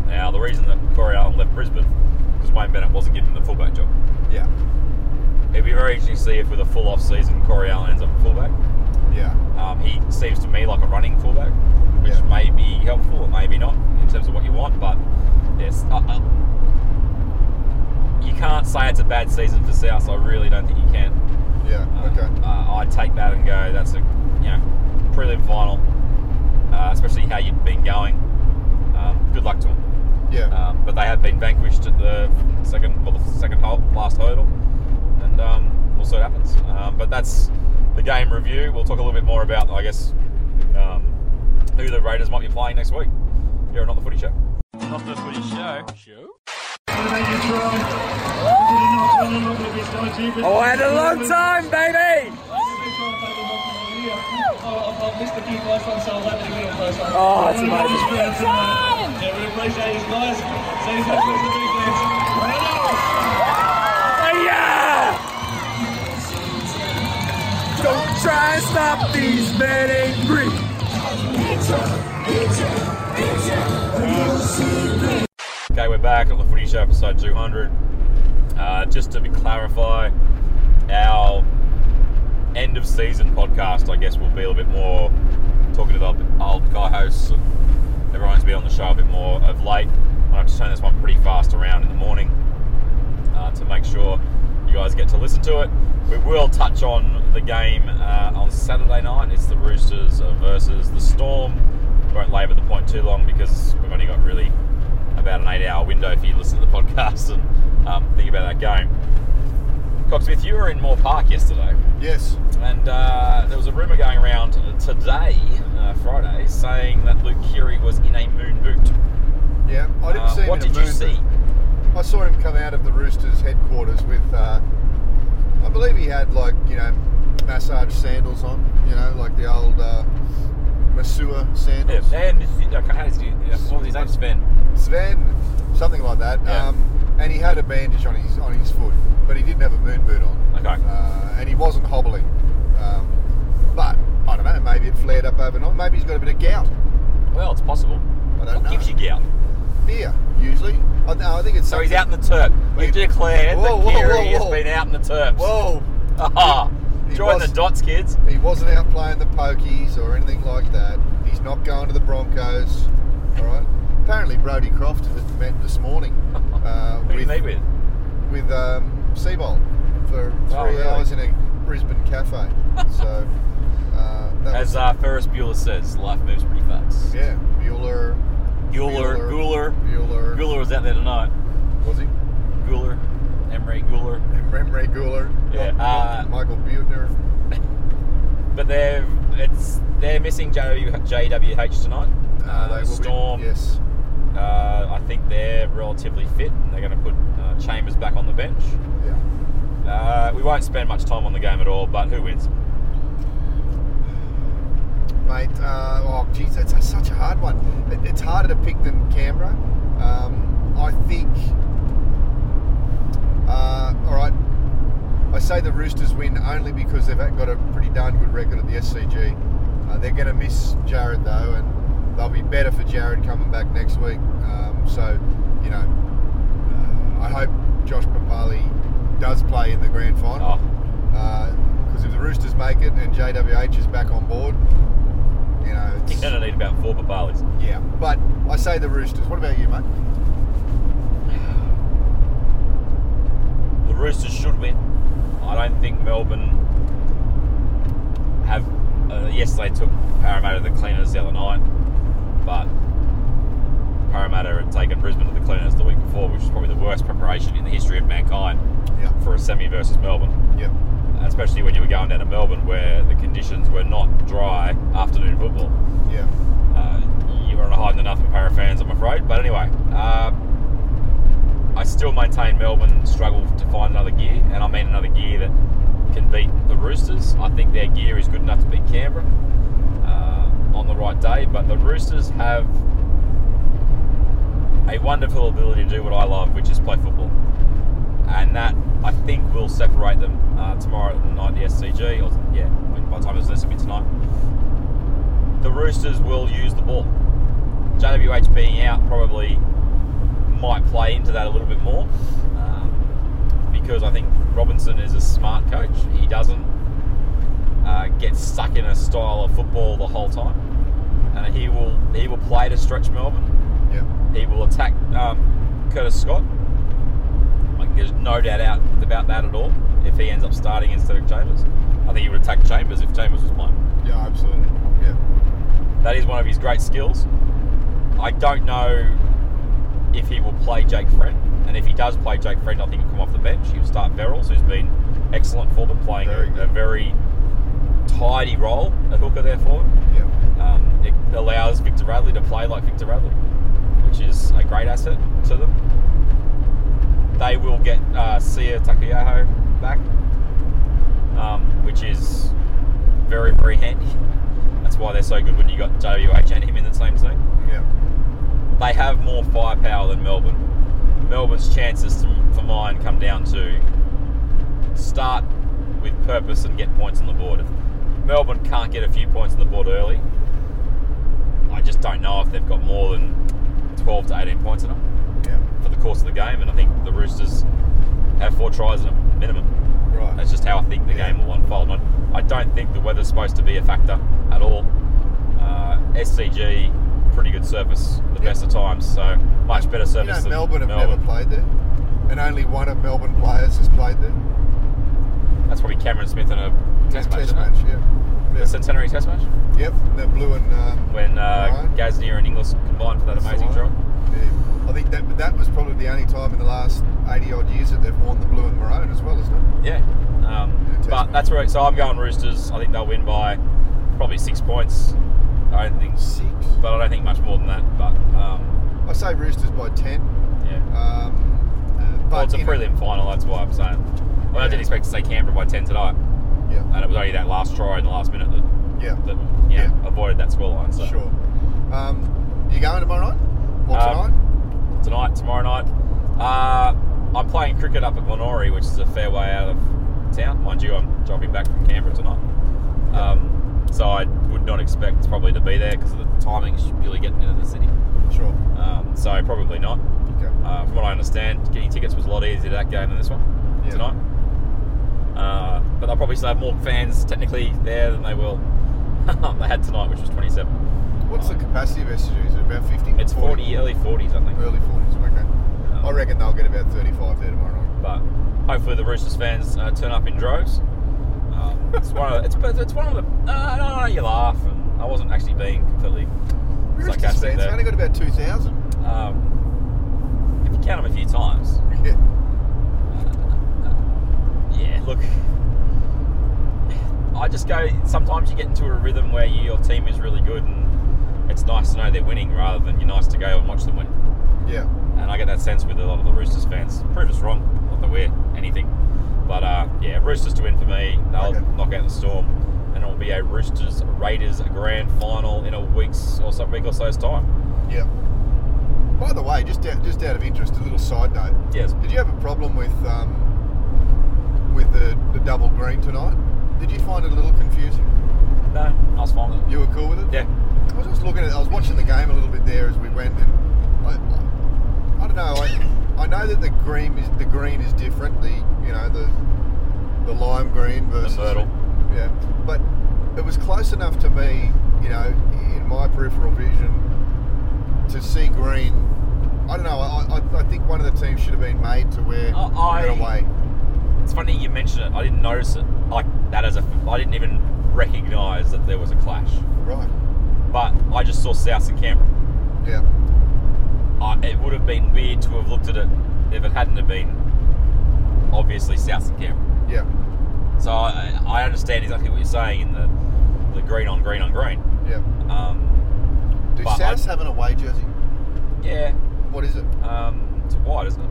Speaker 2: Now, the reason that Corey Allen left Brisbane because Wayne Bennett wasn't giving him the fullback job.
Speaker 3: yeah,
Speaker 2: It'd be very interesting to see if, with a full off season, Corey Allen ends up a fullback.
Speaker 3: yeah,
Speaker 2: Um, he seems to me like a running fullback, which
Speaker 3: Yeah.
Speaker 2: may be helpful or maybe not in terms of what you want. But yes, uh, uh, you can't say it's a bad season for South. I really don't think you can.
Speaker 3: yeah.
Speaker 2: Uh,
Speaker 3: Okay.
Speaker 2: Uh, I take that and go. That's a you know prelim final, uh, especially how you've been going. Um, good luck to them.
Speaker 3: Yeah,
Speaker 2: Um, but they have been vanquished at the second, well, the second hole, last hurdle, and um, we'll see what happens. Um, but that's the game review. We'll talk a little bit more about, I guess, um, who the Raiders might be playing next week. You're not the footy show.
Speaker 1: Not the footy show. Show?
Speaker 4: Oh, I had a long time, baby!
Speaker 7: I've missed a few close ones, so I'll have to give it a close one.
Speaker 4: Oh, it's amazing.
Speaker 5: Time!
Speaker 7: Yeah, we appreciate you guys. See you next week, big fans. Ronaldo!
Speaker 2: Oh,
Speaker 4: Yeah! Don't try and stop these men angry.
Speaker 2: Okay, we're back on the Footy Show episode 200. Uh, just to be clarify, our end of season podcast, I guess, will be a little bit more talking to the old- old guy hosts and everyone's been on the show a bit more of late. I have to turn this one pretty fast around in the morning uh, to make sure you guys get to listen to it. We will touch on the game uh, on Saturday night. It's the Roosters versus the Storm. Won't labour the point too long because we've only got really about an eight-hour window if you listen to the <laughs> podcast and um, think about that game. Coxsmith, you were in Moore Park yesterday.
Speaker 3: yes.
Speaker 2: And uh, there was a rumour going around today, uh, Friday, saying that Luke Keary was in a moon boot.
Speaker 3: Yeah, I didn't
Speaker 2: Uh,
Speaker 3: see him
Speaker 2: what
Speaker 3: in
Speaker 2: did
Speaker 3: a
Speaker 2: you
Speaker 3: moon
Speaker 2: see?
Speaker 3: boot. I saw him come out of the Roosters headquarters with, uh, I believe he had like you know, massage sandals on. You know, like the old uh, masseur
Speaker 2: Yeah,
Speaker 3: sandals.
Speaker 2: Van, okay, how does he, yeah, what was his name? Sven.
Speaker 3: Sven, something like that.
Speaker 2: Yeah.
Speaker 3: Um, and he had a bandage on his on his foot, but he didn't have a moon boot on.
Speaker 2: Okay.
Speaker 3: Uh, and he wasn't hobbling. Um, but I don't know. Maybe it flared up overnight. Maybe he's got a bit of gout.
Speaker 2: Well, it's possible.
Speaker 3: I don't
Speaker 2: what
Speaker 3: know.
Speaker 2: gives you gout?
Speaker 3: Beer usually. I, no, I think it's
Speaker 2: So he's out
Speaker 3: something-
Speaker 2: in the turf.
Speaker 3: Well,
Speaker 2: You
Speaker 3: he-
Speaker 2: declared
Speaker 3: Whoa, whoa,
Speaker 2: that Keary
Speaker 3: whoa,
Speaker 2: has
Speaker 3: whoa.
Speaker 2: been out in the turf.
Speaker 3: Whoa.
Speaker 2: <laughs> Aha!
Speaker 3: He
Speaker 2: Join the
Speaker 3: was-
Speaker 2: dots, kids.
Speaker 3: He wasn't out playing the pokies or anything like that. He's not going to the Broncos. All right. Apparently, Brody Croft has met this
Speaker 2: <laughs>
Speaker 3: morning. Uh,
Speaker 2: Who do you meet with?
Speaker 3: With um, Seabold for three
Speaker 2: Oh, really?
Speaker 3: hours in a Brisbane
Speaker 2: <laughs>
Speaker 3: cafe. So uh, that
Speaker 2: As
Speaker 3: was,
Speaker 2: uh, Ferris Bueller says, life moves pretty fast.
Speaker 3: yeah, Bueller.
Speaker 2: Bueller, Bueller,
Speaker 3: Bueller.
Speaker 2: Bueller was out there tonight.
Speaker 3: Was he?
Speaker 2: Bueller, Emery Bueller.
Speaker 3: Remre Guler.
Speaker 2: Yeah, uh,
Speaker 3: Michael Buettner.
Speaker 2: But they're it's they're missing JW, JWH tonight.
Speaker 3: Uh, they will be-
Speaker 2: Storm.
Speaker 3: yes.
Speaker 2: Uh, I think they're relatively fit. and They're going to put uh, Chambers back on the bench.
Speaker 3: Yeah.
Speaker 2: Uh, we won't spend much time on the game at all. But who wins? <laughs>
Speaker 3: mate. Uh, oh, geez, that's a, such a hard one. It, it's harder to pick than Canberra. Um, I think. Uh, all right, I say the Roosters win only because they've got a pretty darn good record at the SCG. Uh, they're going to miss Jared though, and they'll be better for Jared coming back next week. Um, so, you know, uh, I hope Josh Papali does play in the grand final
Speaker 2: Oh,
Speaker 3: because Uh, if the Roosters make it and JWH is back on board, you know,
Speaker 2: you're
Speaker 3: it's,
Speaker 2: going to need about four Papalis.
Speaker 3: yeah. But I say the Roosters. What about you, mate?
Speaker 2: The Roosters should win. I don't think Melbourne have. Uh, yes, they took Parramatta to the cleaners the other night, but Parramatta had taken Brisbane to the cleaners the week before, which is probably the worst preparation in the history of mankind
Speaker 3: Yeah,
Speaker 2: for a semi versus Melbourne.
Speaker 3: yeah,
Speaker 2: especially when you were going down to Melbourne where the conditions were not dry afternoon football.
Speaker 3: yeah,
Speaker 2: Uh, you were on a hide in nothing para fans, I'm afraid. But anyway, uh, I still maintain Melbourne struggle to find another gear, and I mean another gear that can beat the Roosters. I think their gear is good enough to beat Canberra uh, on the right day, but the Roosters have a wonderful ability to do what I love, which is play football. And that, I think, will separate them uh, tomorrow night at the SCG, or yeah, when, by the time it's less be tonight. The Roosters will use the ball. JWH being out probably might play into that a little bit more um, because I think Robinson is a smart coach. He doesn't uh, get stuck in a style of football the whole time, and he will he will play to stretch Melbourne.
Speaker 3: Yep.
Speaker 2: He will attack um, Curtis Scott. Like, there's no doubt out about that at all. If he ends up starting instead of Chambers, I think he would attack Chambers if Chambers was playing.
Speaker 3: Yeah, absolutely. Yeah.
Speaker 2: That is one of his great skills. I don't know if he will play Jake Friend, and if he does play Jake Friend, I think he'll come off the bench. He'll start Verrills, who's been excellent for them, playing
Speaker 3: Very
Speaker 2: a,
Speaker 3: good.
Speaker 2: a very tidy role at hooker there for him.
Speaker 3: Yep.
Speaker 2: Um, it allows Victor Radley to play like Victor Radley, which is a great asset to them. They will get uh, Sia Takayaho back, um, which is very, very handy. <laughs> That's why they're so good when you got WH and him in the same team
Speaker 3: Yep.
Speaker 2: they have more firepower than Melbourne. Melbourne's chances to, for mine come down to start with purpose and get points on the board. If Melbourne can't get a few points on the board early, I just don't know if they've got more than 12 to 18 points in them
Speaker 3: Yep.
Speaker 2: for the course of the game. And I think the Roosters have four tries in them minimum.
Speaker 3: Right.
Speaker 2: That's just how I think the
Speaker 3: Yeah.
Speaker 2: game will unfold. I, I don't think the weather's supposed to be a factor at all. Uh, SCG, pretty good surface, the best of times, so much better
Speaker 3: you
Speaker 2: surface
Speaker 3: know,
Speaker 2: than
Speaker 3: Melbourne have never
Speaker 2: Melbourne.
Speaker 3: played there, and only one of Melbourne players has played there.
Speaker 2: That's probably Cameron Smith in a test match.
Speaker 3: Test
Speaker 2: isn't it?
Speaker 3: match. Yeah.
Speaker 2: The
Speaker 3: yeah.
Speaker 2: centenary test match
Speaker 3: Yep. The blue and. Um,
Speaker 2: when uh,
Speaker 3: Right.
Speaker 2: Gaznia and Inglis combined for that
Speaker 3: That's
Speaker 2: amazing
Speaker 3: the
Speaker 2: drop.
Speaker 3: one. Yeah. I think that but that was probably the only time in the last eighty odd years that they've worn the blue and maroon as well, isn't it?
Speaker 2: Yeah. Um,
Speaker 3: test
Speaker 2: but
Speaker 3: match.
Speaker 2: that's right. So I'm going Roosters. I think they'll win by probably six points. I don't think,
Speaker 3: Six.
Speaker 2: but I don't think much more than that. But um,
Speaker 3: I say Roosters by ten.
Speaker 2: yeah.
Speaker 3: Um, uh, but
Speaker 2: Well, Oh, it's a
Speaker 3: in-
Speaker 2: prelim final, that's why I'm saying. Well, I
Speaker 3: Yeah.
Speaker 2: didn't expect to see Canberra by 10 tonight,
Speaker 3: Yeah.
Speaker 2: and it was only that last try in the last minute that,
Speaker 3: Yeah.
Speaker 2: that you know,
Speaker 3: Yeah.
Speaker 2: avoided that scoreline. So
Speaker 3: Sure. Um, you going tomorrow night? Or
Speaker 2: Um,
Speaker 3: tonight?
Speaker 2: tonight, tomorrow night, uh, I'm playing cricket up at Glenora, which is a fair way out of town. Mind you, I'm driving back from Canberra tonight. Um, so I would not expect probably to be there because of the timing, it's really getting into the city.
Speaker 3: Sure.
Speaker 2: Um, so probably not.
Speaker 3: Okay.
Speaker 2: Uh, from what I understand, getting tickets was a lot easier to that game than this one
Speaker 3: Yeah.
Speaker 2: tonight. Uh, but they'll probably still have more fans technically there than they will <laughs> they had tonight, which was 27.
Speaker 3: What's the capacity of SCG? Is it about 50?
Speaker 2: It's 40, early 40s, I think. Um,
Speaker 3: Early 40s, okay. I reckon they'll get about 35 there tomorrow night.
Speaker 2: But hopefully the Roosters fans uh, turn up in droves. Um, it's one of the, it's, but it's one of the. Uh, no, no, no, you laugh. And I wasn't actually being completely
Speaker 3: Roosters
Speaker 2: sarcastic
Speaker 3: fans
Speaker 2: there.
Speaker 3: only got about 2,000.
Speaker 2: Um, if you count them a few times,
Speaker 3: Yeah.
Speaker 2: Yeah, look, I just go. Sometimes you get into a rhythm where you, your team is really good, and it's nice to know they're winning rather than you're nice to go and watch them win.
Speaker 3: <laughs> Yeah.
Speaker 2: And I get that sense with a lot of the Roosters fans. Prove us wrong, not that we're anything. But uh, yeah, Roosters to win for me. They'll
Speaker 3: Okay.
Speaker 2: knock out the Storm, and it will be a Roosters Raiders grand final in a week's or some week or so's time.
Speaker 3: Yeah. By the way, just out, just out of interest, a little side note.
Speaker 2: Yes.
Speaker 3: Did you have a problem with um, with the, the double green tonight? Did you find it a little confusing?
Speaker 2: No, I was fine with it.
Speaker 3: You were cool with it?
Speaker 2: Yeah.
Speaker 3: I was just looking at. I was watching the game a little bit there as we went, and I, I, I don't know.
Speaker 2: <coughs>
Speaker 3: I, I know that the green is the green is different. The you know the the lime green versus
Speaker 2: myrtle.
Speaker 3: Yeah, but it was close enough to me, you know, in my peripheral vision, to see green. I don't know. I, I, I think one of the teams should have been made to wear
Speaker 2: Uh, I-
Speaker 3: it away.
Speaker 2: It's funny you mention it. I didn't notice it like that as a. I didn't even recognise that there was a clash.
Speaker 3: Right.
Speaker 2: but I just saw South and Canberra.
Speaker 3: Yeah.
Speaker 2: I, it would have been weird to have looked at it if it hadn't have been obviously South and Canberra.
Speaker 3: Yeah.
Speaker 2: So I, I understand exactly what you're saying in the the green on green on green.
Speaker 3: Yeah.
Speaker 2: Um,
Speaker 3: Do
Speaker 2: But
Speaker 3: Souths
Speaker 2: I-
Speaker 3: have an away jersey?
Speaker 2: yeah,
Speaker 3: What is it?
Speaker 2: um, it's white, isn't it?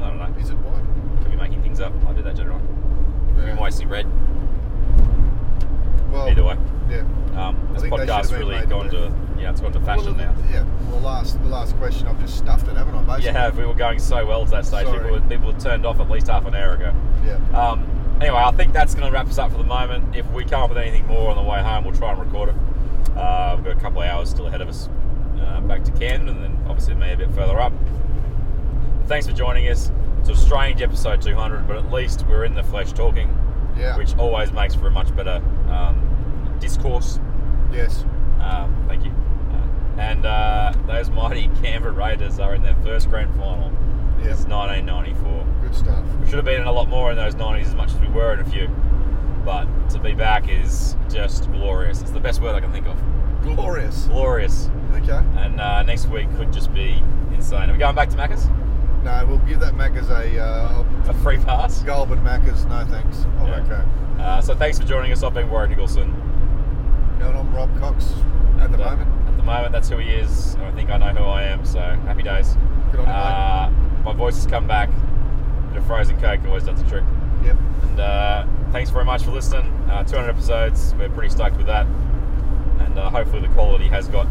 Speaker 2: I don't know.
Speaker 3: Is it white?
Speaker 2: Could be making things up. I do that generally. Could be
Speaker 3: Yeah.
Speaker 2: mostly red.
Speaker 3: Well,
Speaker 2: Either way.
Speaker 3: Yeah.
Speaker 2: Um, this
Speaker 3: think they should have
Speaker 2: podcast's
Speaker 3: been
Speaker 2: really
Speaker 3: made
Speaker 2: gone
Speaker 3: to-
Speaker 2: to yeah, it's gone to fashion
Speaker 3: well,
Speaker 2: now.
Speaker 3: Yeah. Well, last the last question, I've just stuffed it, haven't I? Basically.
Speaker 2: You have. We were going so well to that stage.
Speaker 3: Sorry.
Speaker 2: People were, people were turned off at least half an hour ago.
Speaker 3: Yeah.
Speaker 2: Um, anyway, I think that's going to wrap us up for the moment. If we come up with anything more on the way home, we'll try and record it. Uh, we've got a couple of hours still ahead of us uh, back to Cairn and then obviously me a bit further up. Thanks for joining us. It's a strange episode 200, but at least we're in the flesh talking,
Speaker 3: Yeah.
Speaker 2: which always makes for a much better um, discourse.
Speaker 3: Yes.
Speaker 2: Um, thank you. Uh, and uh, those mighty <laughs> Canberra Raiders are in their first grand final
Speaker 3: Yeah.
Speaker 2: since 1994.
Speaker 3: Good stuff.
Speaker 2: We should have been in a lot more in those 90s as much as we were in a few. But to be back is just glorious. It's the best word I can think of.
Speaker 3: Glorious.
Speaker 2: Glorious.
Speaker 3: Okay.
Speaker 2: And uh, next week could just be insane. Are we going back to Macca's?
Speaker 3: No, we'll give that Maccas a uh,
Speaker 2: A free pass?
Speaker 3: Goulburn Maccas. No thanks. Oh,
Speaker 2: Yeah.
Speaker 3: okay.
Speaker 2: Uh, so thanks for joining us. I've been Warren Nicholson.
Speaker 3: No, and I'm Rob Cox at the
Speaker 2: And, uh,
Speaker 3: moment.
Speaker 2: At the moment, that's who he is. And I think I know who I am, so happy days.
Speaker 3: Good on you,
Speaker 2: uh, My voice has come back. The frozen coke always does the trick.
Speaker 3: mate. Yep.
Speaker 2: And uh, thanks very much for listening. Uh, 200 episodes. We're pretty stoked with that. And uh, hopefully the quality has got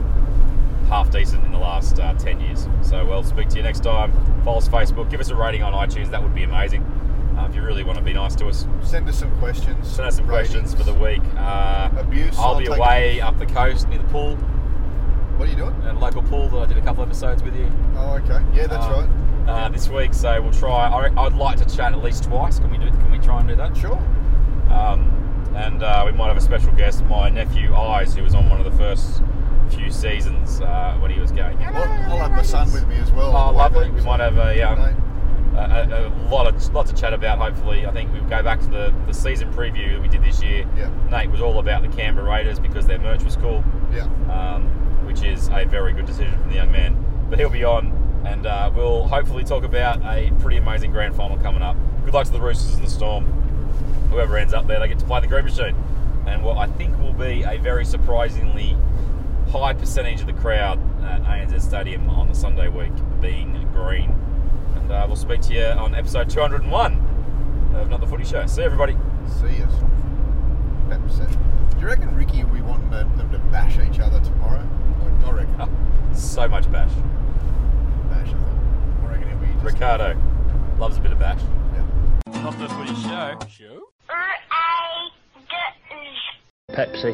Speaker 2: half decent in the last uh, 10 years. So we'll speak to you next time. Follow us Facebook. Give us a rating on iTunes. That would be amazing. Uh, if you really want to be nice to us,
Speaker 3: Send us some questions.
Speaker 2: send us some questions for
Speaker 3: ratings.
Speaker 2: the week. Uh,
Speaker 3: Abuse,
Speaker 2: I'll
Speaker 3: I'll
Speaker 2: be
Speaker 3: take
Speaker 2: away up the coast near the pool,
Speaker 3: What are you doing?
Speaker 2: a local pool that I did a couple episodes with you.
Speaker 3: Oh, okay. Yeah, that's
Speaker 2: uh,
Speaker 3: right.
Speaker 2: Uh, this week, so we'll try. I, I'd like to chat at least twice. Can we do? Can we try and do that?
Speaker 3: Sure.
Speaker 2: Um, and uh, we might have a special guest, my nephew Eyes, who was on one of the first few seasons uh, when he was going.
Speaker 3: I'll, I'll have my son with me as well.
Speaker 2: Oh,
Speaker 3: on the way
Speaker 2: lovely.
Speaker 3: back,
Speaker 2: We
Speaker 3: so-
Speaker 2: might have a,
Speaker 3: Mate,
Speaker 2: um, a, a, a lot of lot to chat about. Hopefully, I think we'll go back to the, the season preview that we did this year.
Speaker 3: Yeah.
Speaker 2: Nate was all about the Canberra Raiders because their merch was cool,
Speaker 3: Yeah.
Speaker 2: um, which is a very good decision from the young man. But he'll be on, and uh, we'll hopefully talk about a pretty amazing grand final coming up. Good luck to the Roosters and the Storm whoever ends up there, they get to play the green machine. And what I think will be a very surprisingly high percentage of the crowd at ANZ Stadium on the Sunday week being green. And uh, we'll speak to you on episode 201 of Not the Footy Show. See you, everybody.
Speaker 3: See us. That was it. Do you reckon Ricky will be wanting to- them to bash each other tomorrow? Like, I reckon.
Speaker 2: So much bash.
Speaker 3: Bash, I think. I reckon he'll be just.
Speaker 2: Ricardo loves a bit of bash.
Speaker 3: Yeah.
Speaker 1: Not the footy show. Show?
Speaker 8: Pepsi.